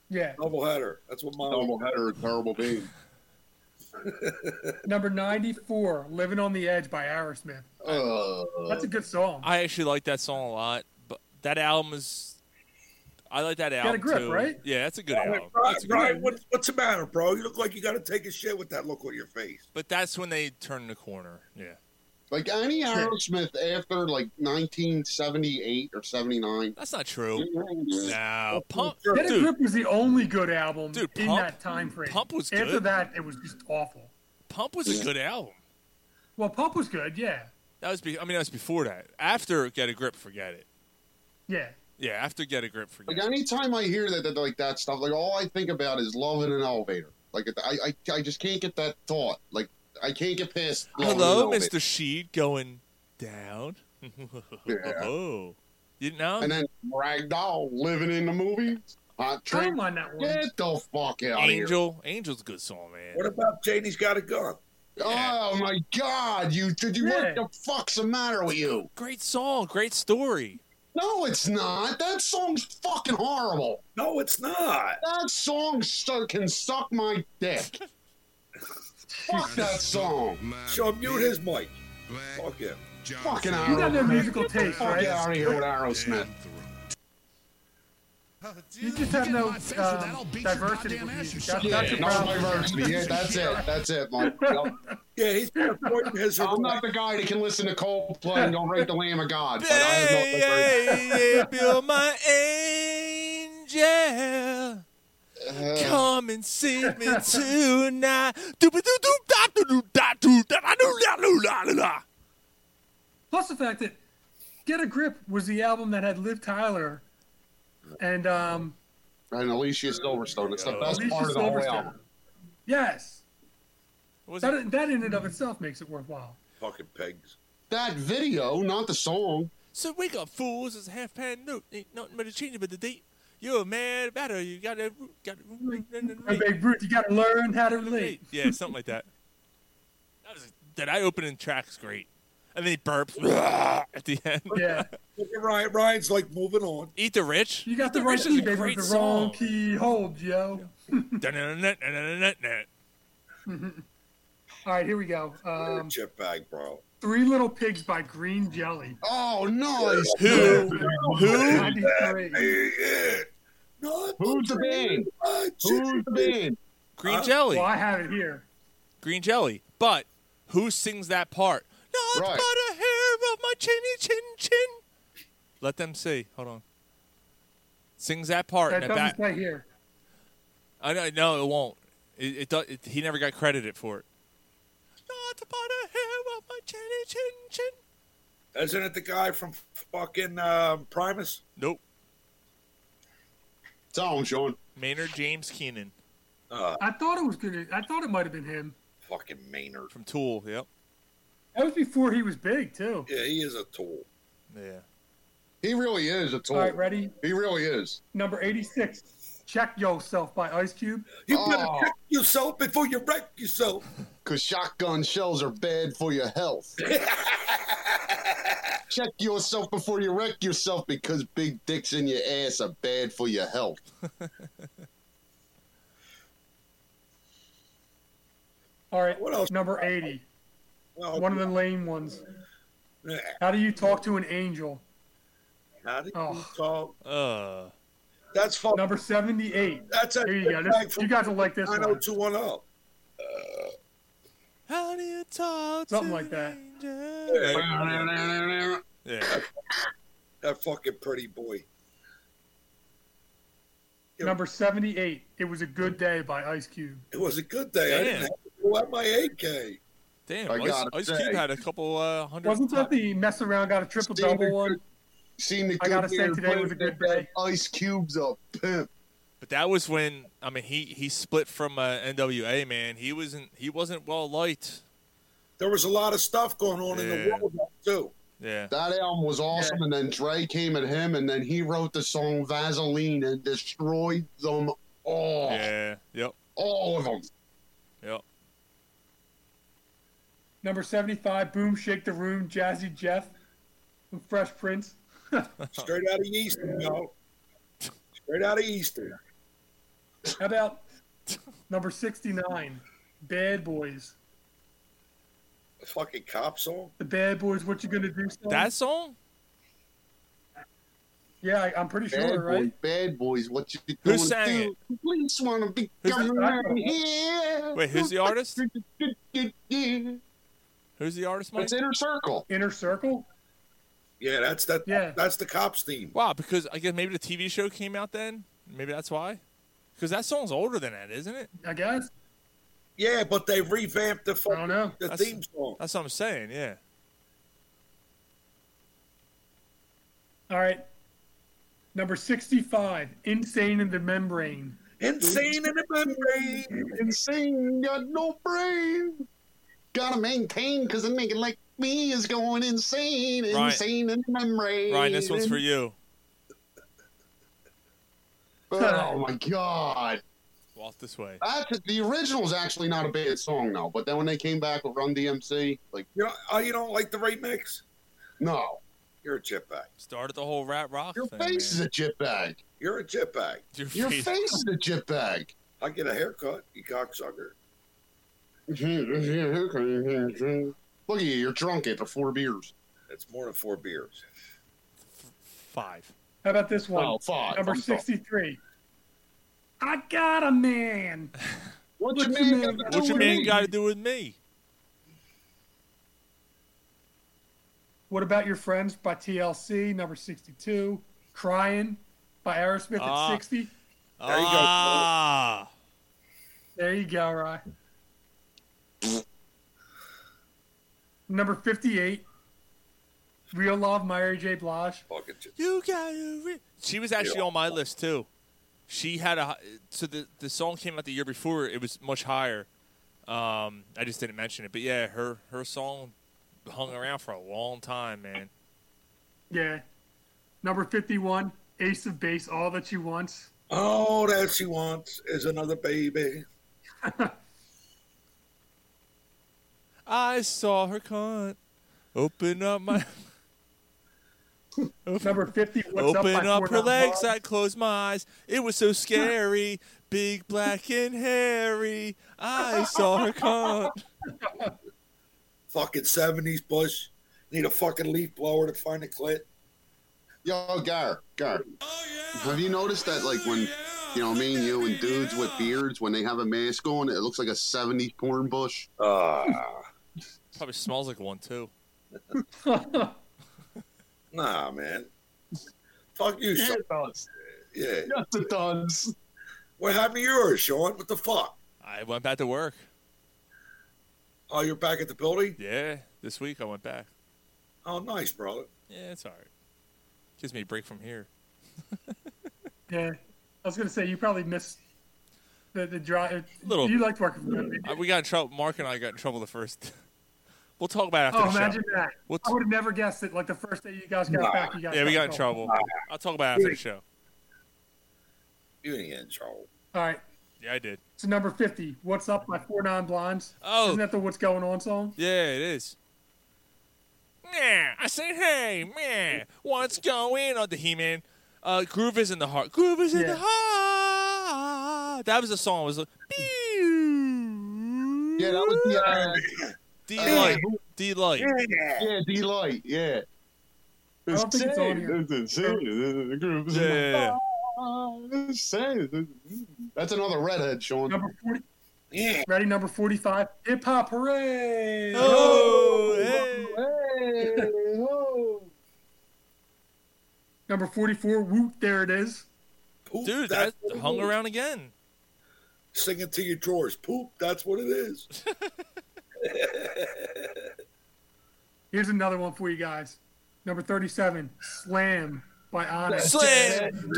Yeah.
double header. That's what my
double header. Terrible being.
Number 94, Living on the Edge by Aerosmith. That's a good song.
I actually like that song a lot, but that album is. I like that
a
album
grip,
too.
right?
Yeah, that's a good
Brian,
album. That's a good
Brian,
album.
what, what's the matter, bro? You look like you got to take a shit with that look on your face.
But that's when they turned the corner. Yeah.
Like any Aerosmith after like 1978 or 79.
That's not true. No, Pump,
Get a
dude,
Grip was the only good album
Dude,
in
Pump-
that time frame.
Pump was
After
good.
that, it was just awful.
Pump was a good album.
Well, Pump was good, yeah.
That was, be- I mean, that was before that. After Get a Grip, forget it.
Yeah.
Yeah, after Get a Grip, forget
Like anytime I hear that, that like that stuff, like all I think about is love in an elevator. Like I, I, I just can't get that thought. Like I can't get past.
it.
Love in an
Hello,
Elevator.
Mr. Sheed, going down. Oh, you know?
And then Ragdoll living in the movies. Hot
I don't
train.
mind that one.
Get the fuck out of
Oh Angel, Angel's a good song, man.
What about Janie's got a gun?
here. Oh my god, you did you
Yeah.
what the fuck's the matter with you?
Great song, great story.
No, it's not. That song's fucking horrible.
No, it's not.
That song su- can suck my dick. Fuck that song.
Sean, mute his mic. Fuck him.
Fucking
You got
Aerosmith.
no musical taste,
Fuck
right?
out of here with Aerosmith.
You just have no um, diversity. with music. That's,
Yeah,
that's your
no
problem.
diversity. Yeah, that's it. That's it, Mike. Yep.
Yeah, he's important his.
I'm not the guy that can listen to Coldplay and don't rate the Lamb of God. But I have no
Hey, yeah,
diversity.
Bill, my angel.
Uh-huh.
Come and see me tonight.
Plus the fact that Get a Grip was the album that had Liv Tyler and um,
And Alicia Silverstone. It's the best
Alicia
part of the whole
Silverstone.
album.
Yes.
Was
That, that in and of itself makes it worthwhile.
Fucking pigs.
That video, not the song.
So wake up, fools! It's half past noon. Ain't nothing but a change but the date. You're mad about her. You got to, got
Hey, Babe Ruth, you got to learn how to relate.
yeah, something like that. That was that eye opening track's great, and then he burps at the end.
Yeah.
Look at Ryan. Ryan's like moving on.
Eat the rich.
You got the
Eat
right
rich is
key,
a
baby,
great
but the wrong
song.
key hold, yo.
Dun-dun-dun-dun-dun-dun-dun.
Mhm. All right, here we go. Um,
Chip bag, bro.
Three Little Pigs by Green Jelly.
Oh, nice.
Who?
Who?
Who's the band? Who's the band?
Green jelly.
Well, I have it here.
Green jelly. But who sings that part? Not
Right.
but a hair of my chinny chin chin. Let them see. Hold on. Sings that part.
That
in the back.
doesn't say here.
I know. No, it won't. It, it, do- it He never got credited for it.
Isn't it the guy from fucking um, Primus?
Nope.
Tell him, Sean.
Maynard James Keenan
Uh,
I thought it was good. I thought it might have been him.
fucking Maynard.
from Tool. Yep.
That was before he was big too.
Yeah, he is a tool.
Yeah.
He really is a tool.
All right, ready?
He really is.
Number 86, Check Yourself by Ice Cube.
You better
Oh.
check yourself before you wreck yourself.
Because shotgun shells are bad for your health. Check yourself before you wreck yourself because big dicks in your ass are bad for your health.
All right, number 80.
Oh,
One of the lame ones. How do you talk to an angel?
How do you talk?
Uh,
That's fun.
Oh. Number 78.
That's a
Here you go. This, you guys will like this one.
90210.
How do you talk?
Something like that.
Yeah. That fucking pretty boy.
Number 78, It Was a Good Day by Ice Cube.
It was a good day. I didn't have to go at my 8K.
Damn,
I
Ice,
gotta
Ice
say.
Cube had a couple uh, hundred.
Wasn't that the mess around, got a triple double one?
Seen the
I
good
gotta say,
man
today was a
play
good day.
Ice Cube's a pimp.
But that was when I mean he he split from uh, NWA man. He wasn't he wasn't well liked.
There was a lot of stuff going on in the
Yeah.
world too.
Yeah.
That album was awesome, and then Dre came at him, and then he wrote the song Vaseline and destroyed them all.
Yeah. Yep.
All of them.
Yep.
Number 75, Boom Shake the Room, Jazzy Jeff, and Fresh Prince.
Straight out of Easton, yo. Straight out of Easton.
How about number 69, Bad Boys?
The fucking cop song.
The Bad Boys, What You Gonna Do song?
That song?
Yeah, I, I'm pretty
Bad,
sure,
boys,
right?
bad boys, what you
Who
gonna
sang
do? Police wanna be
Who's-
coming around here.
Wait, who's the artist?
It's
Who's the artist? Mike?
Inner Circle.
Inner Circle?
Yeah, that's that.
Yeah.
That's the cops theme.
Wow, because I guess maybe the TV show came out then. Maybe that's why. Because that song's older than that, isn't it?
I guess.
Yeah, but they revamped the fucking the
That's-
theme song.
That's what I'm saying. Yeah.
All right. Number 65, Insane in the Membrane.
Insane in the membrane.
Insane, got no brain. Gotta maintain, cause a nigga like me is going insane.
Ryan-
Insane in memory.
Ryan, this one's for you.
Oh my god.
Walk this way.
That's, the original's actually not a bad song, though. But then when they came back with Run DMC, like,
You know, oh, you don't like the remix?
no.
You're a jetbag.
Started the whole rap rock
Your
thing.
face is
man.
a jitbag.
You're a jetbag.
Your
Your
face-
face is a jitbag.
I get a haircut, you cocksucker.
Mm-hmm. Look at you, you're drunk after four beers.
That's more than four beers.
Five.
How about this one?
Oh, fuck.
Number
I'm sorry.
63, I Got a Man.
What
What
you
you
mean?
mean?
gotta
What
do
your
with
man
me?
got to do with me?
What About Your Friends by TLC, number 62. Crying by Aerosmith
Ah.
at 60.
There you go.
Ah.
There you go, Rye. Number 58, Real Love, Mary J. Blige.
Fucking jet-
You got to. Re- she was actually on my list too. She had a hi- so the the song came out the year before. It was much higher. Um, I just didn't mention it, but yeah, her her song hung around for a long time, man.
Yeah. Number 51, Ace of Base, All That She Wants.
All that she wants is another baby.
I saw her cunt. Open up my
Number 50, What's
open
Up, by
up,
Four
her
Non
legs.
Blondes.
I closed my eyes. It was so scary. Big black and hairy. I saw her cunt.
Fucking seventies bush. Need a fucking leaf blower to find a clit.
Yo, Gar, Gar. Have you noticed that, like, when, you know, me and you and dudes with beards, when they have a mask on, it looks like a 70s porn bush?
Ah,
Probably smells like one too.
nah, man. Fuck you, Sean. Yeah.
Just a tons.
What happened to yours, Sean? What the fuck?
I went back to work.
Oh, you're back at the building?
Yeah, this week I went back.
Oh, nice, brother.
Yeah, it's all right. Gives me a break from here.
Yeah. I was going to say, you probably missed the, the drive.
Little.
You liked working for me.
Uh, we got in trouble. Mark and I got in trouble the first. We'll talk about it after
Oh,
the show.
imagine that.
We'll
I would have never guessed it. Like the first day you guys got
Nah.
back, you guys
yeah, we got in trouble. I'll talk about it after the
Dude.
show.
You ain't in trouble.
All right.
Yeah, I did.
So number fifty, "What's Up" by Four Nine Blinds.
Oh.
isn't that the "What's Going On" song?
Yeah, it is. Yeah, I say, hey, man, what's going on? The He-Man, uh, groove is in the heart. Groove is in the heart. That was the song. It was like,
Yeah, that was the uh,
D light, D light.
Yeah, D light. Yeah.
I don't think it's on here.
Yeah,
yeah,
That's another redhead, Sean.
Number forty. Ready, number forty-five, "Hip Hop Hooray."
Oh,
Number forty-four, "Whoop," there it is.
Dude, that hung around again.
Sing it to your drawers. Poop, that's what it is.
Here's another one for you guys. Number thirty-seven, "Slam" by Onyx.
Slam.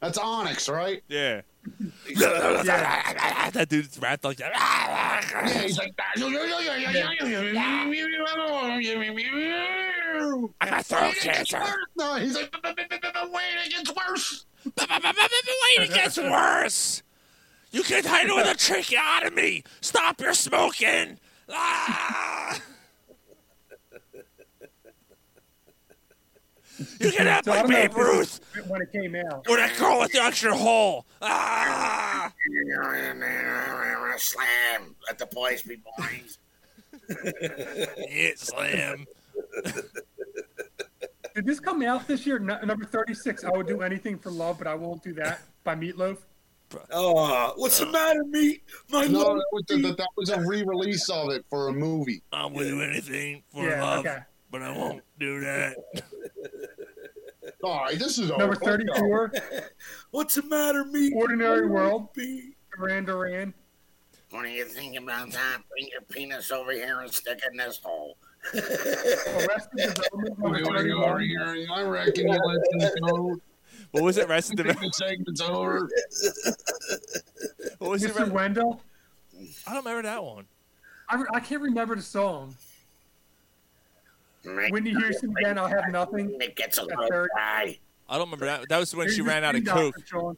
That's Onyx, right?
Yeah.
Yeah.
that dude's rapped like that.
Yeah, he's like,
I
got throat cancer.
No, he's like, wait, it gets worse.
Wait, it gets worse. You can't hide it with a tracheotomy. Stop your smoking. Ah! you can have
So
my
I don't know
Babe
if this
Ruth
is when it came out.
or that girl with the extra hole. Ah!
Slam. Let the boys be boys.
yeah, slam.
Did this come out this year? No, number 36, I would do anything for love, but I won't do that by Meatloaf.
Oh, what's
Uh.
the matter, meat? My
No,
love.
that was, the, that was a re-release of it for a movie.
I will do anything for
Yeah,
love,
okay.
but I won't do that.
All right, this is a
Number 34,
What's the matter, meat?
Ordinary World,
Meat.
Duran Duran.
What do you think about that? Bring your penis over here and stick it in this hole.
Arrested Development,
Wait,
number
wait, wait,
31.
wait, I reckon you let this go.
What was it? Rest
I think the segment's over.
What was it?
Mr. Wendell.
I don't remember that one.
I, re- I can't remember the song.
Make
Whitney Houston again, I'll have nothing.
It gets a
At
little
30.
dry.
I don't remember that. That was when she
Here's
ran
your
out of
Queen Doctor,
coke.
Sean.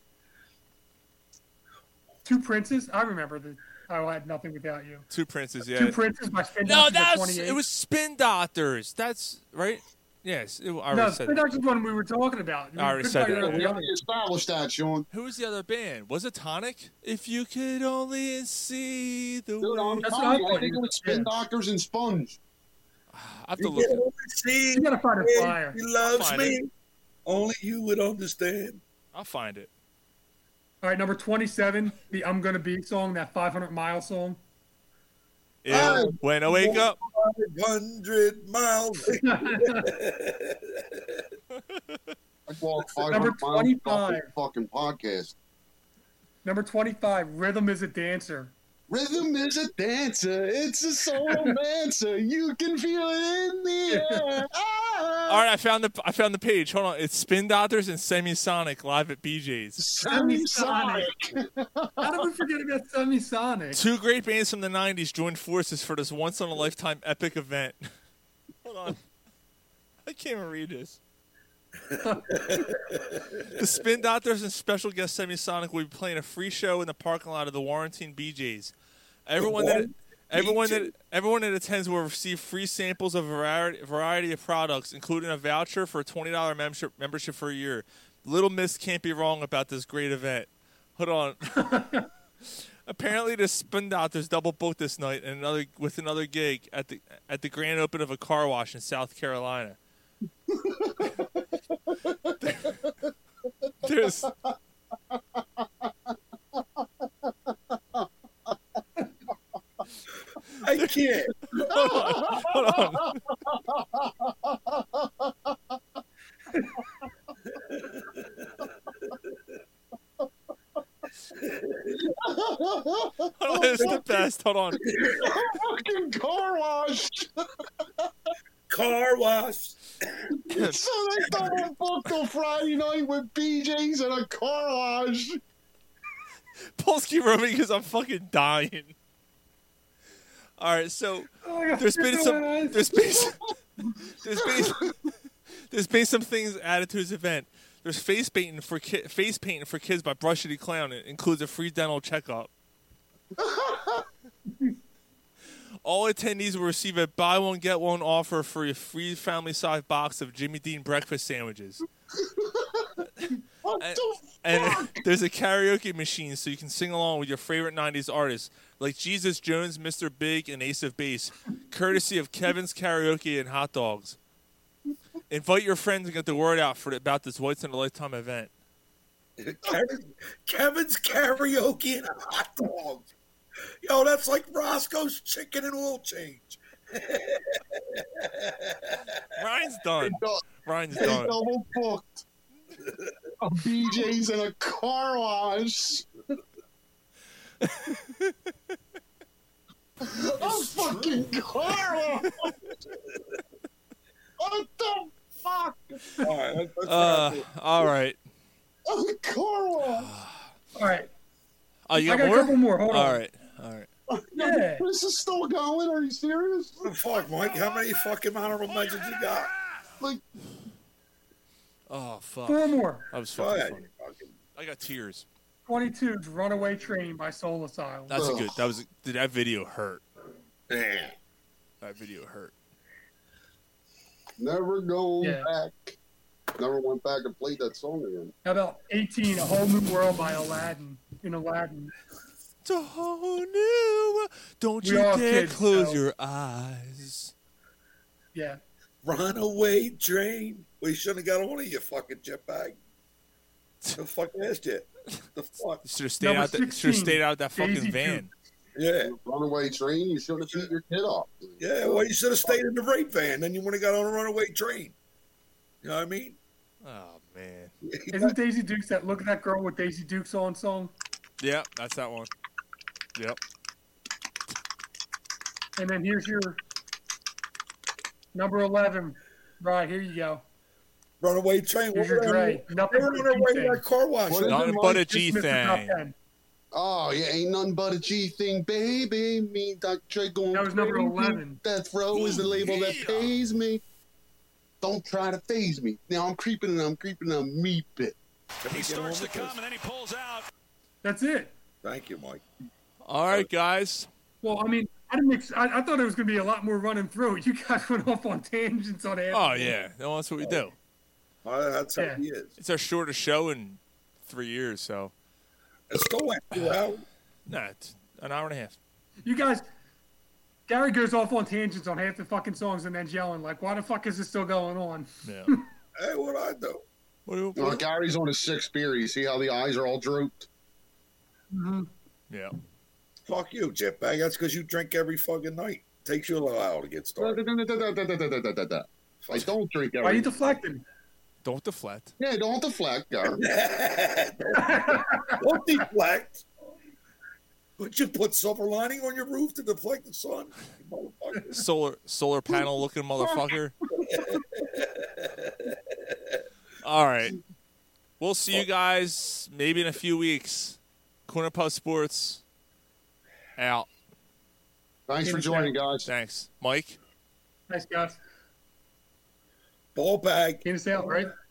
Two Princes. I remember the I will have nothing without you.
Two princes, yeah.
Two Princes by Spin
no,
Doctors at
that's
28.
it was Spin Doctors. That's right. Yes, it, I already
no,
said.
Spin
that.
Doctors one we were talking about.
I already said that.
We already established that, Sean.
Who was the other band? Was it Tonic? If you could only see the
Dude, I'm
way.
That's
telling
what I'm
you, I think it
thinking.
was Spin Doctors and Sponge.
I have to
You
look.
can
It.
only see
You gotta find a
if
flyer.
He
I'll
loves
find
me. Only you would understand.
I'll find it.
All right, number 27, the I'm Gonna Be song, that 500 mile song.
It-
Ah.
Oh.
when I wake up,
500 miles.
I walked 500
Number
miles off this
25.
Fucking podcast.
Number 25, Rhythm is a Dancer.
Rhythm is a dancer. It's a soul dancer. You can feel it in the air. Ah.
all right, I found the I found the page. Hold on, it's Spin Doctors and Semisonic live at BJ's.
Semi-sonic.
How did we forget about Semi Sonic?
Two great bands from the '90s joined forces for this once in a lifetime epic event. Hold on, I can't even read this. the Spin Doctors and special guest Semisonic will be playing a free show in the parking lot of the Warranting BJ's. Everyone that
Warren
everyone that everyone that attends will receive free samples of a variety, variety of products, including a voucher for a twenty dollar membership membership for a year. Little Miss can't be wrong about this great event. Hold on. Apparently, the Spin Doctors double booked this night and another with another gig at the at the grand open of a car wash in South Carolina. There's
I can't.
hold on. Oh, this is the best. Hold on.
fucking car wash.
Car wash.
So they double booked on Friday night with BJ's and a car wash.
Polsky wrote me because I'm fucking dying. All right, so
Oh my God,
there's been
you're
some
doing it.
there's been some- there's been there's been some things added to this event. There's face painting for ki- face painting for kids by Brush City Clown. It includes a free dental checkup. All attendees will receive a buy one get one offer for a free family size box of Jimmy Dean breakfast sandwiches. and, and there's a karaoke machine so you can sing along with your favorite 90s artists like Jesus Jones, Mr. Big, and Ace of Base, courtesy of Kevin's Karaoke and Hot Dogs. Invite your friends and get the word out for about this once in a lifetime event.
Kevin- Kevin's karaoke and a hot dog. Yo, that's like Roscoe's chicken and oil change.
Ryan's done. Ryan's
They
done.
double booked a BJ's and a car wash. a fucking car wash. what the fuck?
All right.
Uh, all right.
A car wash.
All right.
Oh, you
I
got,
got a
more?
couple more, hold on.
All right. All right.
Yeah. This is still going. Are you serious?
Oh, Fuck, Mike. How many fucking honorable mentions you got?
Like,
Oh, fuck.
Four more.
That was
Go
fucking
ahead.
funny. I got tears.
22's Runaway Train by Soul Asylum.
That's a good. That was. Did that video hurt?
Yeah.
That video hurt.
Never go
Yeah.
back. Never went back and played that song again.
How about 18, A Whole New World by Aladdin in Aladdin?
It's a whole new world. Don't
We
you
all
dare
kids,
close
so-
your eyes.
Yeah.
Runaway train. We shouldn't have got on of you, fucking jetbag. The fucking ass jet. The fuck.
Should have stayed out. That, should have stayed out that fucking van.
Yeah.
Runaway train. You should have beat your kid off.
Yeah, well, you should have stayed in the rape van. Then you would have got on a runaway train. You know what I mean?
Oh man.
Isn't Daisy Dukes that Look at That Girl with Daisy Dukes on song?
Yeah, that's that one. Yep.
And then here's your number 11. Right, here you go.
Runaway train.
Here's your
What were they-
Dre. Nothing
they were
but
on their
G
way to that
thing.
car wash.
What is
Nothing
it,
but a
Mike?
G thing.
Oh, yeah, ain't nothing but a G thing, baby. Me, Dr. Dre going
That was number
crazy.
11.
Death Row is the label that pays me. Don't try to phase me. Now I'm creeping and I'm creeping and I'm meeping.
He starts to come
and then he pulls out.
That's it.
Thank you, Mike.
All right, guys.
Well, I mean, I didn't. Ex- I, I thought it was going to be a lot more running through. You guys went off on tangents on that.
Oh yeah, no, that's what we do.
Uh, that's
how he
is.
It's our shortest show in three years, so.
It's still two hours.
Nah, it's an hour and a half.
You guys, Gary goes off on tangents on half the fucking songs and then yelling like, "Why the fuck is this still going on?"
Yeah.
Hey, what I do?
Well, Oh, Gary's on his sixth beer. You see how the eyes are all drooped?
Yeah.
Fuck you, jetbag. That's because you drink every fucking night. Takes you a little while to get started.
I don't drink every
Why are you deflecting?
Don't deflect.
Yeah, don't deflect, Gary.
Don't deflect. Would you put silver lining on your roof to deflect the sun? You motherfucker.
Solar solar panel looking motherfucker. All right. We'll see you guys maybe in a few weeks. Corner Puff Sports out.
Thanks for joining, guys.
Thanks. Mike?
Nice guys.
Ball bag.
Can't say out, right?